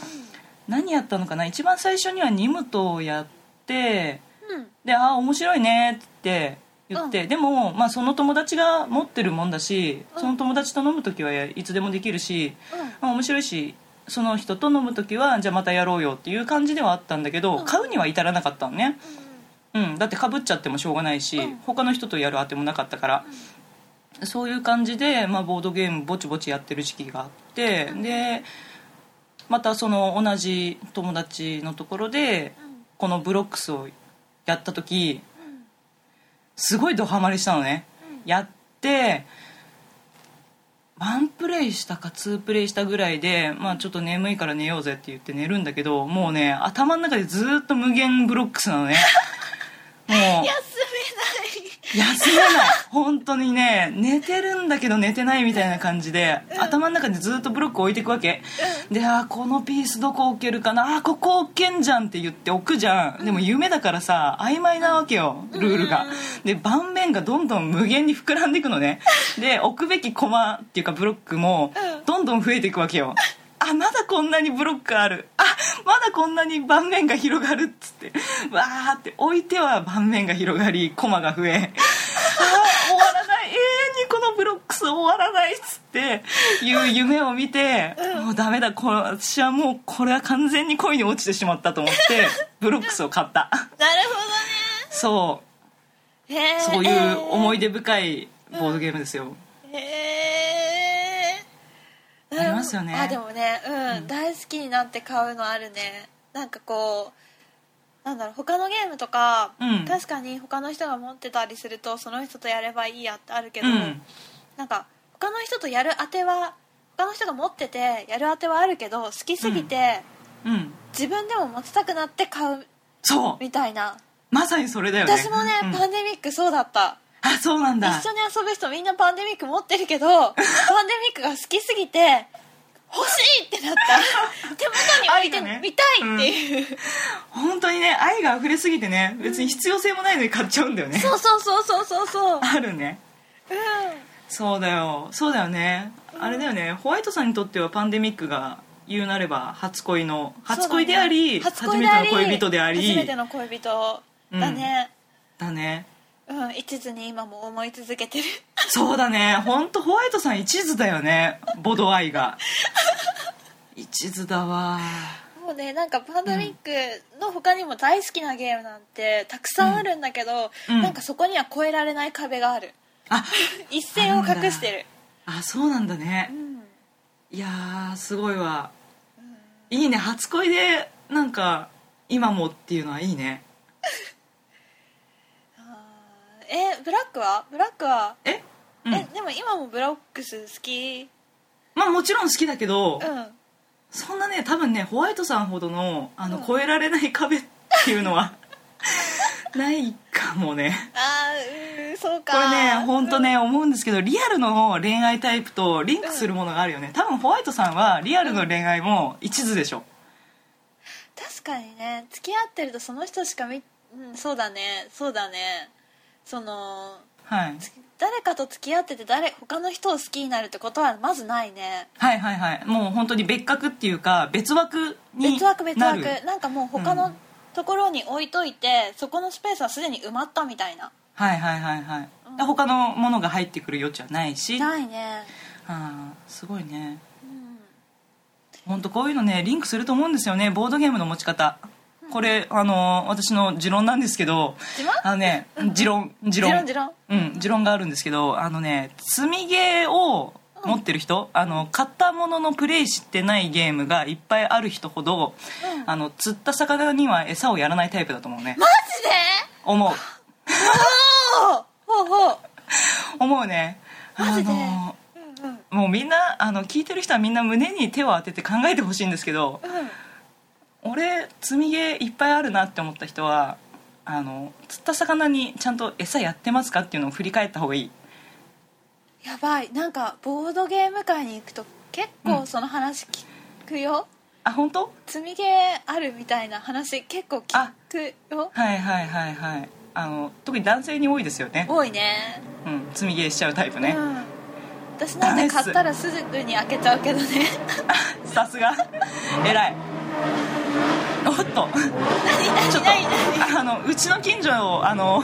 Speaker 1: 何やったのかな一番最初にはニムトをやって
Speaker 2: うん
Speaker 1: で「ああ面白いね」って言って、でも、まあ、その友達が持ってるもんだし
Speaker 2: うん
Speaker 1: その友達と飲む時はいつでもできるし、
Speaker 2: うん
Speaker 1: まあ、面白いしその人と飲む時はじゃあまたやろうよっていう感じではあったんだけど、
Speaker 2: うん
Speaker 1: 買うには至らなかったのね、うん、だってかぶっちゃってもしょうがないし、
Speaker 2: うん
Speaker 1: 他の人とやるあてもなかったから、そういう感じで、まあ、ボードゲームぼちぼちやってる時期があって、でまたその同じ友達のところで
Speaker 2: う
Speaker 1: このブロックスをやった時
Speaker 2: んうん
Speaker 1: すごいドハマりしたのね、
Speaker 2: う
Speaker 1: やって1プレイしたか2プレイしたぐらいで、まあ、ちょっと眠いから寝ようぜって言って寝るんだけどもうね 頭の中でずっと無限ブロックスなのねもう
Speaker 2: 休
Speaker 1: 休めない本当にね寝てるんだけど寝てないみたいな感じで、頭の中でずっとブロック置いていくわけ、であーこのピースどこ置けるかなあーここ置けんじゃんって言って置くじゃん、でも夢だからさ曖昧なわけよルールが、で盤面がどんどん無限に膨らんでいくのねで置くべきコマっていうかブロックも
Speaker 2: うん
Speaker 1: どんどん増えていくわけよあまだこんなにブロックあるあまだこんなに盤面が広がるっつってわーって置いては盤面が広がりコマが増えあー終わらない永遠にこのブロックス終わらないっつっていう夢を見て、もうダメだこれ私はもうこれは完全に恋に落ちてしまったと思ってブロックスを買った
Speaker 2: なるほ
Speaker 1: そう
Speaker 2: どねへー
Speaker 1: そういう思い出深いボードゲームですよ、
Speaker 2: へえ
Speaker 1: ありますよね
Speaker 2: あでもねうん、大好きになって買うのあるねなんかこうなんだろう他のゲームとか、
Speaker 1: うん
Speaker 2: 確かに他の人が持ってたりするとその人とやればいいやってあるけ
Speaker 1: う
Speaker 2: ど、
Speaker 1: ん、
Speaker 2: なんか他の人とやるあては他の人が持っててやるあてはあるけど好きすぎて、
Speaker 1: うん
Speaker 2: 自分でも持ちたくなって買う
Speaker 1: そう
Speaker 2: みたいな
Speaker 1: まさにそれだよね
Speaker 2: 私もね、
Speaker 1: うん
Speaker 2: パンデミックそうだった
Speaker 1: あそうなんだ
Speaker 2: 一緒に遊ぶ人みんなパンデミック持ってるけ どパンデミックが好きすぎて欲しいってなった 手元に置いて
Speaker 1: 愛がね
Speaker 2: 見たいっていう、
Speaker 1: 本当にね愛が溢れすぎてね別に必要性もないのに買っちゃうんだよね、
Speaker 2: そうそうそうそうそうそううん
Speaker 1: あるねそうだよそうだよね、あれだよねホワイトさんにとってはパンデミックが言うなれば初恋の 初恋であり、
Speaker 2: そう
Speaker 1: 初
Speaker 2: だね初恋
Speaker 1: め
Speaker 2: であり
Speaker 1: ての恋人であ
Speaker 2: 初め
Speaker 1: り
Speaker 2: ての恋人だね
Speaker 1: だね
Speaker 2: うん、一途に今も思い続けてる
Speaker 1: そうだね本当ホワイトさん一途だよねボド 愛が一途だわ
Speaker 2: もうねなんかパンデミックの他にも大好きなゲームなんてたくさんあるんだけど、
Speaker 1: うん
Speaker 2: なんかそこには越えられない壁がある
Speaker 1: あ
Speaker 2: 一線を隠してる
Speaker 1: あそうなんだね
Speaker 2: うん
Speaker 1: いやーすごいわいいね初恋でなんか今もっていうのはいいね
Speaker 2: あーえブラックはブラックは、
Speaker 1: えうん
Speaker 2: えでも今もブロックス好き
Speaker 1: まあもちろん好きだけ
Speaker 2: う
Speaker 1: ど、
Speaker 2: ん
Speaker 1: そんなね多分ねホワイトさんほどのあの、
Speaker 2: うん
Speaker 1: 超えられない壁っていうのは ないかもね
Speaker 2: あーうーそうか
Speaker 1: これね本当ね思うんですけどリアルの恋愛タイプとリンクするものがあるよね多分ホワイトさんはリアルの恋愛も一途でしょ、
Speaker 2: 確かにね付き合ってるとその人しか見、うん、そうだねそうだねその
Speaker 1: はい、
Speaker 2: 誰かと付き合ってて誰他の人を好きになるってことはまずないね
Speaker 1: はいはいはいもう本当に別格っていうか別枠になる
Speaker 2: 別枠別枠なんかもう他のところに置いといて、そこのスペースはすでに埋まったみたいな
Speaker 1: はいはいはいはい、
Speaker 2: うん
Speaker 1: で他のものが入ってくる余地はないしあ
Speaker 2: ないね
Speaker 1: あーすごいね
Speaker 2: うん
Speaker 1: 本当こういうのねリンクすると思うんですよねボードゲームの持ち方これあのー私の持論なんですけど
Speaker 2: 自慢
Speaker 1: あのね持論持論
Speaker 2: ジロンジロン
Speaker 1: うん持論があるんですけどあのね積みゲーを持ってる人、あの買ったもののプレイしてないゲームがいっぱいある人ほど、
Speaker 2: うん
Speaker 1: あの釣った魚には餌をやらないタイプだと思うね
Speaker 2: マジで
Speaker 1: 思う
Speaker 2: おーほうほう
Speaker 1: 思うね
Speaker 2: マジで
Speaker 1: あのー
Speaker 2: うんうん
Speaker 1: もうみんなあの聞いてる人はみんな胸に手を当てて考えてほしいんですけど
Speaker 2: うん
Speaker 1: 俺積み毛いっぱいあるなって思った人はあの釣った魚にちゃんと餌やってますかっていうのを振り返った方がいい
Speaker 2: やばいなんかボードゲーム会に行くと結構その話聞くよ、
Speaker 1: あ本当
Speaker 2: 積みゲーあるみたいな話結構聞くよ
Speaker 1: はいはいはいはいあの特に男性に多いですよね、
Speaker 2: 多いね
Speaker 1: うん、積み毛しちゃうタイプね
Speaker 2: う、ん、私なんて買ったらすぐに開けちゃうけど ね
Speaker 1: さすが偉いおっと
Speaker 2: 何
Speaker 1: ちょっ
Speaker 2: 何
Speaker 1: と
Speaker 2: 何何
Speaker 1: あのうちの近所をあの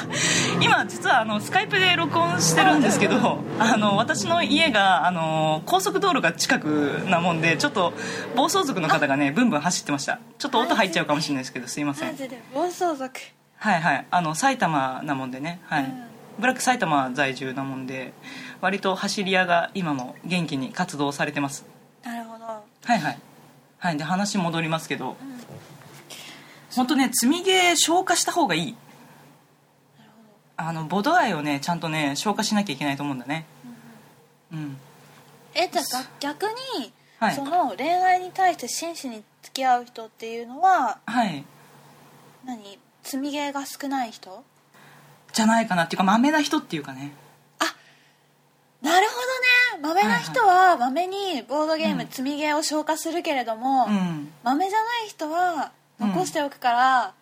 Speaker 1: 今実はあのスカイプで録音してるんですけどあの私の家があの高速道路が近くなもんでちょっと暴走族の方がねブンブン走ってましたちょっと音入っちゃうかもしれないですけどすいませ
Speaker 2: マ
Speaker 1: ん
Speaker 2: ジで暴走族
Speaker 1: はいはいあの埼玉なもんでねはい、
Speaker 2: うん
Speaker 1: ブラック埼玉在住なもんで割と走り屋が今も元気に活動されてます
Speaker 2: なるほど、
Speaker 1: はいはいはいで話戻りますけど
Speaker 2: うん、なる
Speaker 1: 本当ね積み毛消化した方がいい
Speaker 2: ほど
Speaker 1: あのボド愛をねちゃんとね消化しなきゃいけないと思うんだねうん
Speaker 2: えじゃあ逆に、
Speaker 1: はい
Speaker 2: その恋愛に対して真摯に付き合う人っていうのは
Speaker 1: はい
Speaker 2: 何積みゲーが少ない人
Speaker 1: じゃないかなっていうかまめな人っていうかね
Speaker 2: なるほどね豆な人は豆にボードゲーム
Speaker 1: うん
Speaker 2: 積みゲーを消化するけれども、
Speaker 1: うん
Speaker 2: 豆じゃない人は残しておくから、
Speaker 1: うん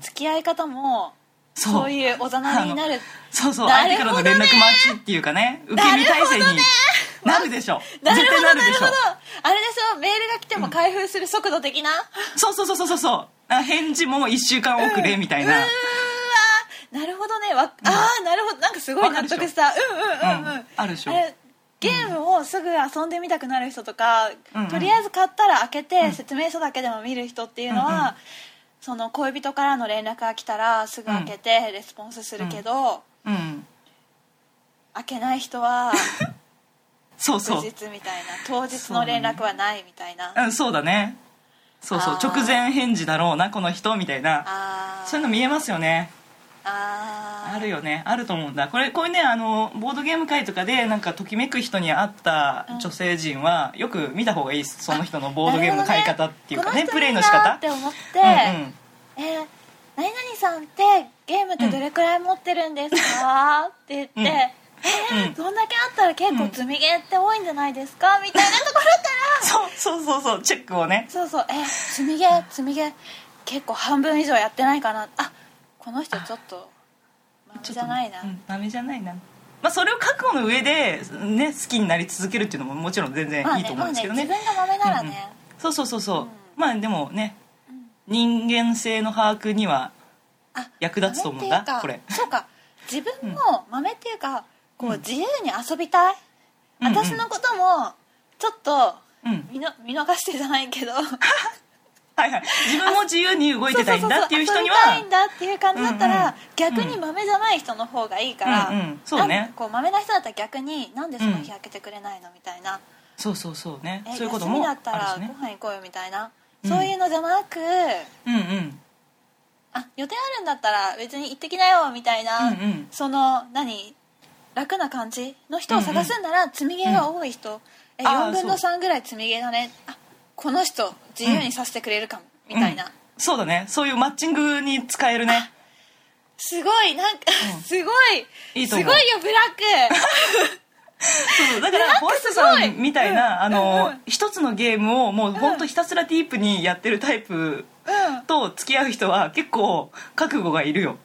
Speaker 2: 付き合い方も
Speaker 1: そう
Speaker 2: そういうお ざなりになる
Speaker 1: そうそう、
Speaker 2: な
Speaker 1: 相
Speaker 2: る
Speaker 1: 手
Speaker 2: ほ
Speaker 1: から
Speaker 2: ど
Speaker 1: の
Speaker 2: ね
Speaker 1: 連絡待ちっていうかね受け身体制になるでしょ
Speaker 2: なる
Speaker 1: 絶
Speaker 2: ほ
Speaker 1: 対
Speaker 2: ど
Speaker 1: な
Speaker 2: な
Speaker 1: る
Speaker 2: る
Speaker 1: でし
Speaker 2: ほ
Speaker 1: ょ
Speaker 2: どあれでしょメールが来ても開封する速度的な、
Speaker 1: そうそうそうそうそうそう返事も1週間遅れみたいな、
Speaker 2: うーわなるほどねわあーなるほどなんかすごい納得したうんうんうんうん、
Speaker 1: うんあるでしょ
Speaker 2: あれゲームをすぐ遊んでみたくなる人とか、
Speaker 1: うんうん
Speaker 2: とりあえず買ったら開けて説明書だけでも見る人っていうのは、
Speaker 1: うんうん
Speaker 2: その恋人からの連絡が来たらすぐ開けてレスポンスするけど、
Speaker 1: うん
Speaker 2: 開けない人は
Speaker 1: そう そ
Speaker 2: 翌
Speaker 1: う
Speaker 2: 日みたいな当日の連絡はないみたいな、
Speaker 1: うん、そうだねそうそう
Speaker 2: あー
Speaker 1: 直前返事だろうなこの人みたいな
Speaker 2: あー
Speaker 1: そういうの見えますよね
Speaker 2: あー
Speaker 1: あるよねあると思うんだこれこういうねあのボードゲーム会とかでなんかときめく人に会った女性陣は、よく見た方がいいですその人のボードゲームの買い方っていうか
Speaker 2: な
Speaker 1: ね
Speaker 2: るほど
Speaker 1: プレイの仕
Speaker 2: この
Speaker 1: 方
Speaker 2: 人いいなって思って、
Speaker 1: うんうん
Speaker 2: えー何々さんってゲームってどれくらい持ってるんですか?」って言って「
Speaker 1: うん
Speaker 2: えー
Speaker 1: うん
Speaker 2: どんだけあったら結構積みゲーって多いんじゃないですか?」みたいなところから
Speaker 1: そうそうそうそうチェックをね
Speaker 2: そうそう「えー積みゲー積みゲー結構半分以上やってないかな」あこの人ちょっとマメ
Speaker 1: ちょっと
Speaker 2: じゃないな、
Speaker 1: うん、ダメじゃないなまあそれを覚悟の上で、ね、好きになり続けるっていうのももちろん全然
Speaker 2: まあ
Speaker 1: いい
Speaker 2: ね
Speaker 1: と思うんですけどね,、
Speaker 2: まあね自分がマメならね、
Speaker 1: そうそうそうそう、
Speaker 2: うん
Speaker 1: まあでもね人間性の把握には
Speaker 2: あ
Speaker 1: 役立つと思うんだ
Speaker 2: 豆っていうか
Speaker 1: こ
Speaker 2: そうか自分も豆っていうかこう自由に遊びたい、
Speaker 1: うんうん
Speaker 2: 私のこともちょっと
Speaker 1: うん
Speaker 2: 見の見逃してじゃないけど
Speaker 1: はいはい自分も自由に動いてたいんだっていう人には
Speaker 2: そうそうそう遊びたいんだっていう感じだったら、
Speaker 1: うんうん
Speaker 2: 逆に豆じゃない人の方がいいから、
Speaker 1: うんうんそうね
Speaker 2: なんかこう豆な人だったら逆になんでその日開けてくれないのみたいな、
Speaker 1: そうそうそうね
Speaker 2: え
Speaker 1: そういうこと
Speaker 2: 休み
Speaker 1: も
Speaker 2: だ
Speaker 1: あ
Speaker 2: ったら
Speaker 1: るし
Speaker 2: ご
Speaker 1: ね
Speaker 2: 飯行こうよみたいな、
Speaker 1: うん
Speaker 2: そういうのじゃなく
Speaker 1: うんうん
Speaker 2: あ予定あるんだったら別に行ってきなよみたいな、
Speaker 1: うんうん
Speaker 2: その何楽な感じの人を探すんなら積み毛が多い人、え
Speaker 1: あー
Speaker 2: 4分の3ぐらい積み毛だねあこの人自由にさせてくれるかも、みたいな、
Speaker 1: うんそうだねそういうマッチングに使えるね
Speaker 2: すごいなんか、
Speaker 1: うん
Speaker 2: すごい
Speaker 1: いい
Speaker 2: すご
Speaker 1: と
Speaker 2: い
Speaker 1: 思う
Speaker 2: よブラ
Speaker 1: そうそうだからホワイトさんみたいな、
Speaker 2: うん
Speaker 1: あの、
Speaker 2: うんうん
Speaker 1: 一つのゲームをもう本当ひたすらディープにやってるタイプ
Speaker 2: ックうん
Speaker 1: と付き合う人は結構覚悟がいるよ、
Speaker 2: うん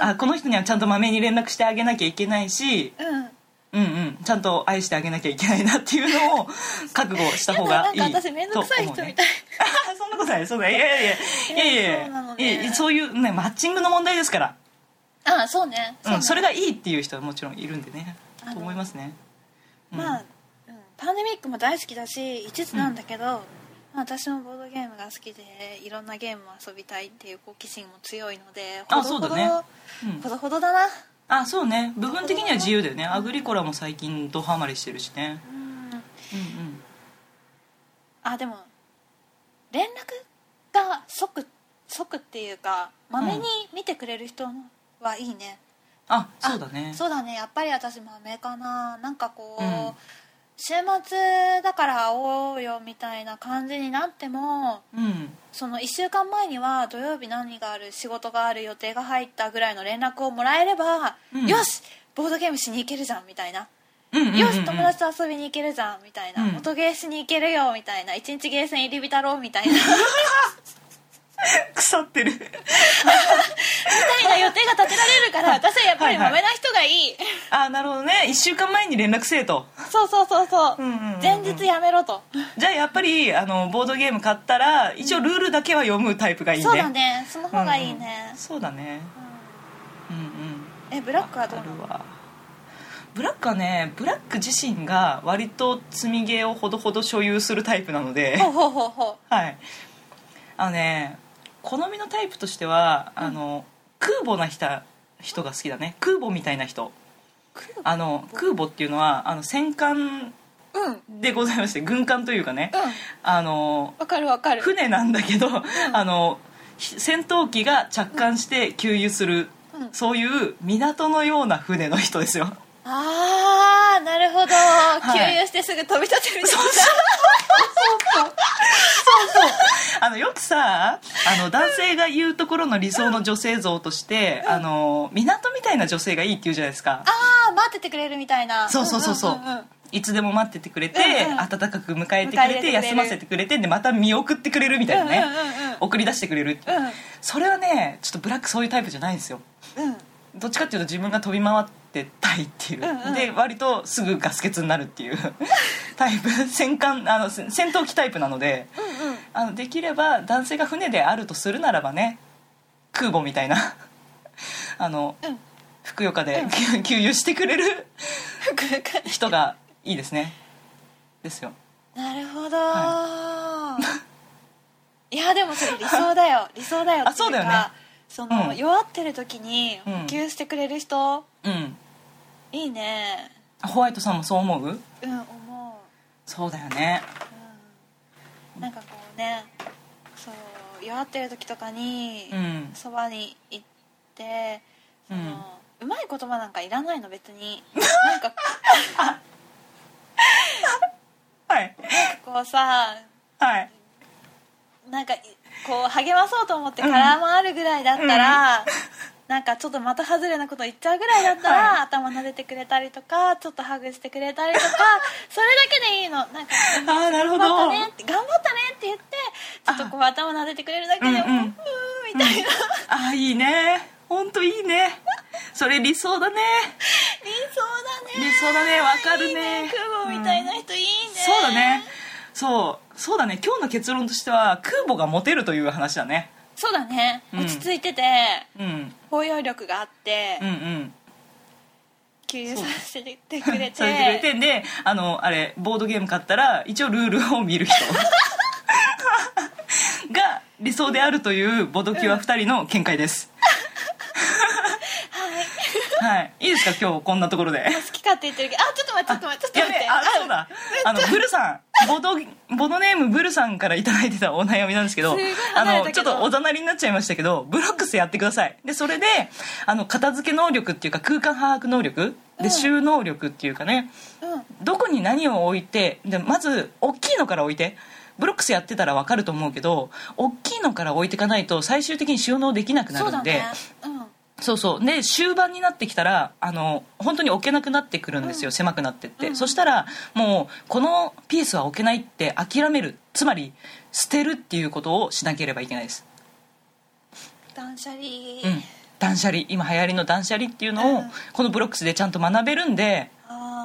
Speaker 1: あこの人にはちゃんとまめに連絡してあげなきゃいけないし
Speaker 2: うん
Speaker 1: うんうんちゃんと愛してあげなきゃいけないなっていうのを覚悟した方がいい
Speaker 2: やだなんか私面倒くさい人みたい
Speaker 1: あそんなことないそんないやいやいやいやいや
Speaker 2: そうなの
Speaker 1: いや
Speaker 2: ね
Speaker 1: いやそういうねマッチングの問題ですから
Speaker 2: ああそうね
Speaker 1: そ,、
Speaker 2: う
Speaker 1: うん、それがいいっていう人はもちろんいるんでね
Speaker 2: あの
Speaker 1: と思いますね、うん
Speaker 2: まあ、うんパンデミックも大好きだし一途なんだけど、まあ私もボードゲームが好きでいろんなゲームを遊びたいっていう好奇心も強いので
Speaker 1: あ
Speaker 2: ほどほど
Speaker 1: そうだねうん
Speaker 2: ほどほどだな
Speaker 1: あそうね部分的には自由だよねアグリコラも最近ドハマりしてるしね
Speaker 2: うん
Speaker 1: うんうん
Speaker 2: あでも連絡が即即っていうかまめに見てくれる人はいいね、
Speaker 1: あそうだね
Speaker 2: そうだねやっぱり私まめかななんかこう、
Speaker 1: うん
Speaker 2: 週末だから会おうよみたいな感じになっても
Speaker 1: うん
Speaker 2: その1週間前には土曜日何がある仕事がある予定が入ったぐらいの連絡をもらえれば、
Speaker 1: うん
Speaker 2: よしボードゲームしに行けるじゃんみたいな、
Speaker 1: うんうんうんうん
Speaker 2: よし友達と遊びに行けるじゃんみたいな、
Speaker 1: うん
Speaker 2: 音ゲーしに行けるよみたいな一日ゲーセン入り浸ろうみた いなみ
Speaker 1: 腐ってる
Speaker 2: たいな予定が立てられるから私はやっぱり
Speaker 1: はいは
Speaker 2: マ
Speaker 1: い
Speaker 2: メな人がいい
Speaker 1: あなるほどね1週間前に連絡せえと
Speaker 2: そうそうそうそう,、
Speaker 1: うんうんうんうん
Speaker 2: 前日やめろと
Speaker 1: じゃあやっぱりあのボードゲーム買ったら一応ルールだけは読むタイプがいいね
Speaker 2: そうだねその方がいいね
Speaker 1: うん、そうだねうんうん
Speaker 2: うんえブラックはどう
Speaker 1: あ
Speaker 2: な
Speaker 1: る
Speaker 2: の
Speaker 1: わブラックはねブラック自身が割と積みゲーをほどほど所有するタイプなので
Speaker 2: ほうほうほうほ
Speaker 1: はいあのね好みのタイプとしてはあの、空母な人人が好きだね空母みたいな人
Speaker 2: う
Speaker 1: あの空母っていうのはあの戦艦
Speaker 2: うんうん
Speaker 1: でございまして軍艦というかね、あの
Speaker 2: わかるわ かる
Speaker 1: 船なんだけど、あのひ戦闘機が着艦して給油する、
Speaker 2: うん
Speaker 1: そういう港のような船の人ですよ
Speaker 2: あーなるほど、
Speaker 1: い
Speaker 2: 給油してすぐ飛び立てるみたいな
Speaker 1: あのよくさあの男性が言うところの理想の女性像として、あの港みたいな女性がいいって言うじゃないですか
Speaker 2: ああ待っててくれるみたいな
Speaker 1: そうそうそうそう,、
Speaker 2: んんんん
Speaker 1: いつでも待っててくれて、
Speaker 2: うんうん
Speaker 1: 温かく迎えて
Speaker 2: 迎え入れて
Speaker 1: くれて
Speaker 2: くれる
Speaker 1: 休ませてくれてでまた見送ってくれるみたいなね、
Speaker 2: うんうんうん
Speaker 1: 送り出してくれる、
Speaker 2: う
Speaker 1: それはねちょっとブラックそういうタイプじゃないんですよ
Speaker 2: んうん
Speaker 1: どっちかっていうと自分が飛び回ってたいっていう、
Speaker 2: うんうん
Speaker 1: で割とすぐガス欠になるっていう タイプ戦艦あの戦戦闘機タイプなので
Speaker 2: うんうん
Speaker 1: あのできれば男性が船であるとするならばね空母みたいな あの
Speaker 2: うん
Speaker 1: ふくよかで給油してくれる
Speaker 2: ふくふく
Speaker 1: 人がいいですねですよ
Speaker 2: なるほど、い、やでもそれ理想だ よ理想だよっていうか
Speaker 1: あそうだよね
Speaker 2: その、
Speaker 1: うん
Speaker 2: 弱ってる時に
Speaker 1: うん
Speaker 2: 補給してくれる人、
Speaker 1: うん
Speaker 2: いいね
Speaker 1: ホワイトさんもそう思う
Speaker 2: うん思
Speaker 1: そうだよね
Speaker 2: う、うん、なんかこうねそう弱ってる時とかに
Speaker 1: うん
Speaker 2: そば、に行ってその、うまい言葉なんかいらないの別になんか
Speaker 1: はい
Speaker 2: こうさ
Speaker 1: はい
Speaker 2: なんかいこう励まそうと思って空回るぐらいだったら、なんかちょっと的外れなこと言っちゃうぐらいだったら、
Speaker 1: はい
Speaker 2: 頭撫でてくれたりとかちょっとハグしてくれたりとかそれだけでいいのなんか
Speaker 1: あーなるほ
Speaker 2: 頑
Speaker 1: ど
Speaker 2: 張ったねって頑張ったねって言ってちょっとこう頭撫でてくれるだけでもう
Speaker 1: うんう
Speaker 2: ー
Speaker 1: ん
Speaker 2: んみたいな、
Speaker 1: あーいいね本当いいねそれ理想だね
Speaker 2: 理想だね
Speaker 1: 理想だねわか
Speaker 2: い
Speaker 1: るね
Speaker 2: いね空母みたいな人いいね、
Speaker 1: そうだねそうそうだね今日の結論としては空母がモテるという話だね、
Speaker 2: そうだね
Speaker 1: うん
Speaker 2: 落ち着いてて、
Speaker 1: うん、
Speaker 2: 包容力があって、
Speaker 1: うんうん
Speaker 2: 給油させてくれて
Speaker 1: されてくれてであのあれボードゲーム買ったら一応ルールを見 る人が理想であるというボドキュア2人の見解 です、はい、はい、いいですか今日こんなところで
Speaker 2: 好きかって言ってるけどあちょっと待ってちょっと待ってちょ
Speaker 1: や
Speaker 2: っと
Speaker 1: べ
Speaker 2: 待って
Speaker 1: あそうだあのブルさんボドボドネームブルさんから頂いただいてたお悩みなんですけど
Speaker 2: すごい
Speaker 1: あ
Speaker 2: 離れ
Speaker 1: の
Speaker 2: た
Speaker 1: ち
Speaker 2: け
Speaker 1: ょっ
Speaker 2: ど
Speaker 1: とおざなりになっちゃいましたけどブロックスやってくださいでそれであの片付け能力っていうか空間把握能力
Speaker 2: う
Speaker 1: で
Speaker 2: ん
Speaker 1: 収納力っていうかね、
Speaker 2: うん
Speaker 1: どこに何を置いてでまず大きいのから置いてブロックスやってたら分かると思うけど大きいのから置いていかないと最終的に収納できなくな
Speaker 2: そう
Speaker 1: る
Speaker 2: だ
Speaker 1: んで
Speaker 2: ねうん
Speaker 1: そうそうで終盤になってきたらあの本当に置けなくなってくるんですよ、狭くなってって、
Speaker 2: うん
Speaker 1: そしたらもうこのピースは置けないって諦めるつまり捨てるっていうことをしなければいけないです、
Speaker 2: 断捨離
Speaker 1: うん、断捨離今流行りの断捨離っていうのを、
Speaker 2: うん
Speaker 1: このブロックスでちゃんと学べるんで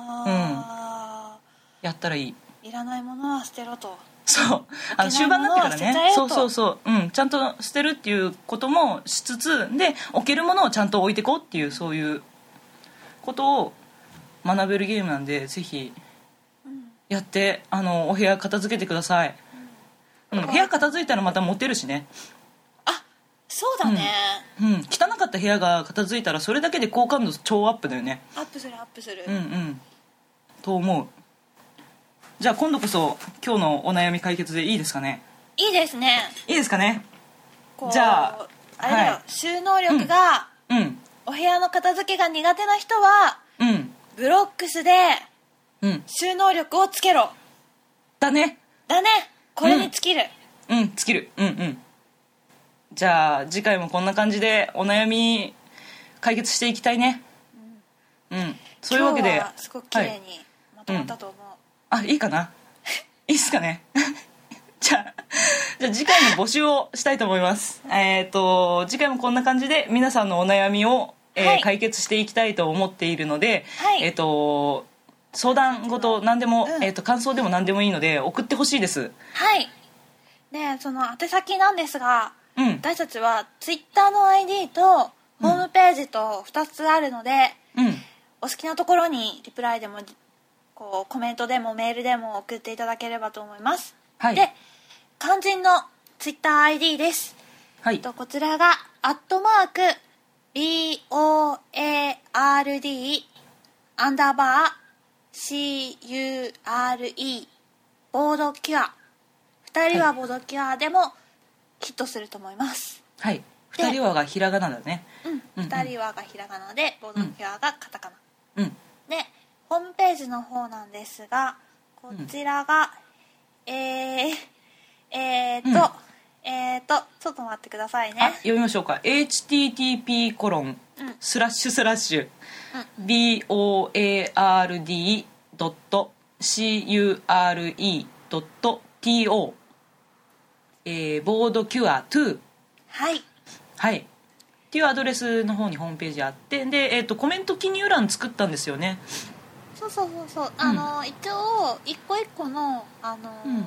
Speaker 2: ああ
Speaker 1: やったらいい
Speaker 2: いらないものは捨てろと
Speaker 1: そうあの
Speaker 2: 置け
Speaker 1: 終
Speaker 2: ない
Speaker 1: 盤に
Speaker 2: もの
Speaker 1: なって
Speaker 2: は捨てちゃ
Speaker 1: から
Speaker 2: え
Speaker 1: ね
Speaker 2: よ
Speaker 1: そう
Speaker 2: と
Speaker 1: そうそう、うん、ちゃんと捨てるっていうこともしつつで置けるものをちゃんと置いてこうっていうそういうことを学べるゲームなんでぜひ
Speaker 2: うん
Speaker 1: やってあのお部屋片付けてください、うん、部屋片付いたらまたモテるしね、
Speaker 2: あそうだね
Speaker 1: うん、汚かった部屋が片付いたらそれだけで好感度超アップだよね
Speaker 2: アップするアップする
Speaker 1: うんうんと思うじゃあ今度こそ今日のお悩み解決でいいですかね
Speaker 2: いいですね
Speaker 1: いいですかね
Speaker 2: こう
Speaker 1: じゃあ
Speaker 2: あれだよ
Speaker 1: は
Speaker 2: 収納力が
Speaker 1: うん
Speaker 2: お部屋の片付けが苦手な人は
Speaker 1: うん
Speaker 2: ブロックスで
Speaker 1: うん
Speaker 2: 収納力をつけろ
Speaker 1: だね
Speaker 2: だねこれに尽きる
Speaker 1: うん尽きるうんうんじゃあ次回もこんな感じでお悩み解決していきたいねうんそういうわけで
Speaker 2: 今日はすごく綺
Speaker 1: は
Speaker 2: 麗
Speaker 1: い
Speaker 2: にまとまったと思う
Speaker 1: あいいかな いいっすかね じゃあじゃあ次回の募集をしたいと思いますえっ、と次回もこんな感じで皆さんのお悩みを、えー
Speaker 2: はい
Speaker 1: 解決していきたいと思っているので、
Speaker 2: はい
Speaker 1: えっ、と相談事何でも、
Speaker 2: うん
Speaker 1: えー、と感想でも何でもいいので送ってほしいです
Speaker 2: はいでその宛先なんですが
Speaker 1: うん
Speaker 2: 私たちはツイッターの ID とホームページと2つあるので、
Speaker 1: うん
Speaker 2: お好きなところにリプライでもこうコメントでもメールでも送っていただければと思います、
Speaker 1: はい
Speaker 2: で肝心のツイッター ID です、
Speaker 1: は
Speaker 2: え
Speaker 1: い
Speaker 2: っと、こちらが「アットマーク BOARD アンダーバー CURE ボードキュア」2人はボードキュアでもヒットすると思います、
Speaker 1: はい二人はがひらがなだね
Speaker 2: うん、
Speaker 1: うん
Speaker 2: 2人はがひらがなでボードキュアがカタカナ、
Speaker 1: うん
Speaker 2: でホームページの方なんですがこちらが、えー、えー、と、えー、とちょっと待ってください
Speaker 1: あ
Speaker 2: ね
Speaker 1: 読みましょうか http コロン
Speaker 2: うん
Speaker 1: スラッシュスラッシュ board.cure.to えーボードキュア2
Speaker 2: はい
Speaker 1: はいっていうアドレスの方にホームページあってで、えー、とコメント記入欄作ったんですよね
Speaker 2: そうそうそうそうあの、一応一個一個のあのー
Speaker 1: うん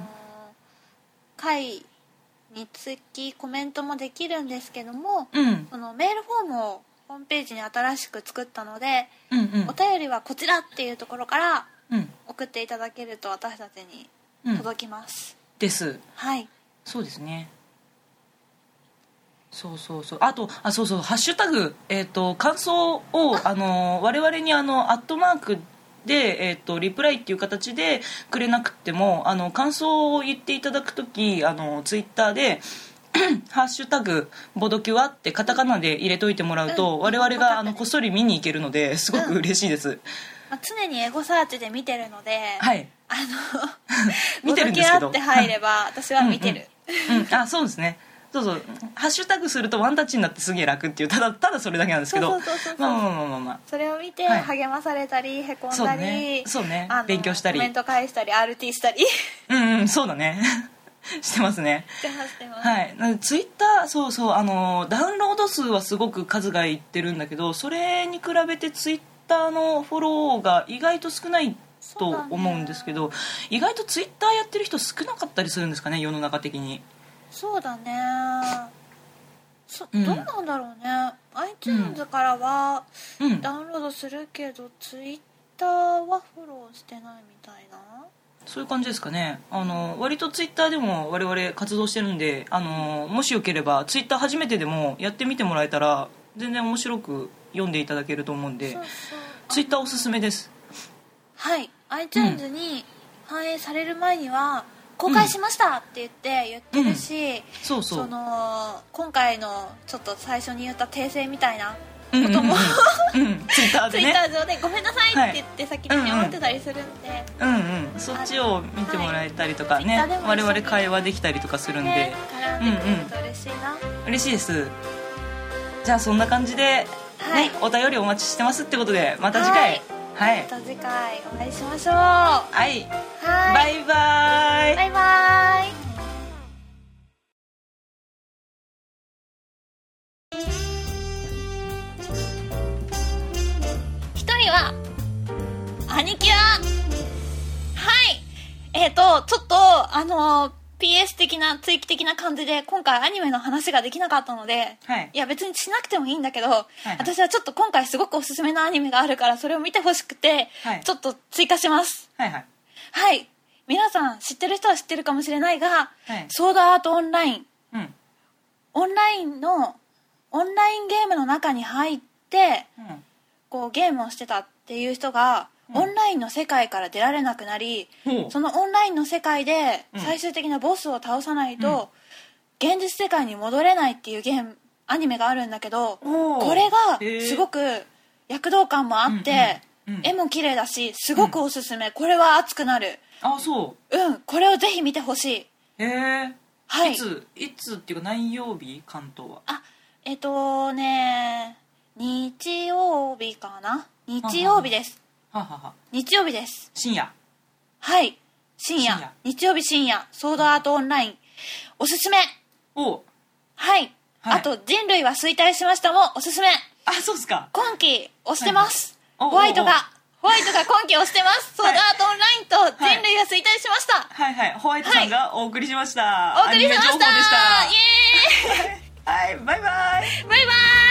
Speaker 2: 回につきコメントもできるんですけども、
Speaker 1: うんうん
Speaker 2: このメールフォームをホームページに新しく作ったので、
Speaker 1: うん
Speaker 2: お便りはこちらっていうところから
Speaker 1: うん
Speaker 2: 送っていただけると私たちに
Speaker 1: うん
Speaker 2: 届きます、
Speaker 1: です
Speaker 2: はい
Speaker 1: そうですねそうそうそうあとあそうそう「ハッシュタグ、えー、と感想をあの我々にあのアットマークで、えー、とリプライっていう形でくれなくてもあの感想を言っていただく時あのツイッターで 「ハッシュタグボドキュア」ってカタカナで入れといてもらうと、
Speaker 2: うん
Speaker 1: 我々
Speaker 2: わかった
Speaker 1: があのこっそり見に行けるのですごく嬉しいです、
Speaker 2: まあ、常にエゴサーチで見てるので、
Speaker 1: はい
Speaker 2: あの
Speaker 1: 見てるんですけど
Speaker 2: ボドキャーって入れば私は見てる、
Speaker 1: うん、あそうですねそうそうハッシュタグするとワンタッチになってすげえ楽っていうただただそれだけなんですけ
Speaker 2: そ
Speaker 1: ど
Speaker 2: うそうそうそうそう
Speaker 1: まあまあまあまあま
Speaker 2: それを見て
Speaker 1: はい
Speaker 2: 励まされたり、へこん
Speaker 1: あそう
Speaker 2: だ
Speaker 1: だ
Speaker 2: り、
Speaker 1: ねそうね
Speaker 2: あの
Speaker 1: 勉強したり
Speaker 2: コメント返したり RT したり し
Speaker 1: うんうんそうだね してますね
Speaker 2: てますしてます、
Speaker 1: はいなのでツイッターそうそうあのダウンロード数はすごく数がいってるんだけどそれに比べてツイッターのフォローが意外と少ないと思うんですけど、意外とツイッターやってる人少なかったりするんですかね世の中的に
Speaker 2: そうだねそ、
Speaker 1: うん
Speaker 2: どうなんだろうね iTunes からは
Speaker 1: うん
Speaker 2: ダウンロードするけど、Twitter はフォローしてないみたいな
Speaker 1: そういう感じですかねあの割とツイッターでも我々活動してるんであのもしよければツイッター初めてでもやってみてもらえたら全然面白く読んでいただけると思うんで
Speaker 2: そうそう
Speaker 1: ツイッターおすすめです
Speaker 2: はい iTunes に反映される前には公開しましたって言って言ってるし、
Speaker 1: そうそう
Speaker 2: その今回のちょっと最初に言った訂正みたいな
Speaker 1: うんうんうん、
Speaker 2: ことも
Speaker 1: うん、ツイッター
Speaker 2: ツ
Speaker 1: で
Speaker 2: イッタ
Speaker 1: ね
Speaker 2: ー上で「ごめんなさい」って言って先に思ってたりするんで、
Speaker 1: うんうんそっちを見てもらえたりとかね、
Speaker 2: はいツイッター
Speaker 1: 我
Speaker 2: でも
Speaker 1: 々会話できたりとかするんで、
Speaker 2: ね絡んでくれると嬉しいな、
Speaker 1: 嬉しいですじゃあそんな感じで、
Speaker 2: はい
Speaker 1: ね、お便りお待ちしてますってことでまた次回はい、はい
Speaker 2: また次回お会いしましょうは
Speaker 1: バ
Speaker 2: い
Speaker 1: イバイ
Speaker 2: バイバイ一人は兄貴ははいえっ、とちょっとあの PS 的な追記的な感じで今回アニメの話ができなかったので
Speaker 1: はい
Speaker 2: いや別にしなくてもいいんだけど、
Speaker 1: はい
Speaker 2: 私はちょっと今回すごくおすすめのアニメがあるからそれを見てほしくて、
Speaker 1: はい
Speaker 2: ちょっと追加します
Speaker 1: はいはい
Speaker 2: はい皆さん知ってる人は知ってるかもしれないが「
Speaker 1: はい
Speaker 2: ソードアートオンライン」
Speaker 1: うん
Speaker 2: オンラインのオンラインゲームの中に入って
Speaker 1: うん
Speaker 2: こうゲームをしてたっていう人が、
Speaker 1: うん
Speaker 2: オンラインの世界から出られなくなり、
Speaker 1: ほう
Speaker 2: そのオンラインの世界で
Speaker 1: うん
Speaker 2: 最終的なボスを倒さないと、現実世界に戻れないっていうゲームアニメがあるんだけど
Speaker 1: おー
Speaker 2: これ
Speaker 1: へー
Speaker 2: がすごく躍動感もあって、
Speaker 1: うんうんうん
Speaker 2: 絵も綺麗だしすごくおすすめ、これは熱くなる
Speaker 1: あそ
Speaker 2: うんこれをぜひ見てほしい、
Speaker 1: うへえ、、
Speaker 2: はい
Speaker 1: ついつっていうか何曜日関東は
Speaker 2: あえっ、とね日曜日かな日曜日です
Speaker 1: ははは
Speaker 2: 日曜日です
Speaker 1: 深夜
Speaker 2: はい深夜
Speaker 1: 深夜
Speaker 2: 日曜日深夜ソードアートオンラインおすすめ
Speaker 1: おう
Speaker 2: はい、
Speaker 1: はい
Speaker 2: あと「人類は衰退しました」もおすすめ
Speaker 1: あそうっすか
Speaker 2: 今期押してます、
Speaker 1: はいはいお
Speaker 2: ホワイト
Speaker 1: お
Speaker 2: がホワイトが今期押してますソードアートオンラインと「
Speaker 1: はい
Speaker 2: 人類は衰退しました」
Speaker 1: はいはいホワイトさんがお送りしました、
Speaker 2: お送りしました
Speaker 1: アニメ情報でし
Speaker 2: イ
Speaker 1: た
Speaker 2: エ
Speaker 1: はいバイバイ
Speaker 2: ーイバイバイ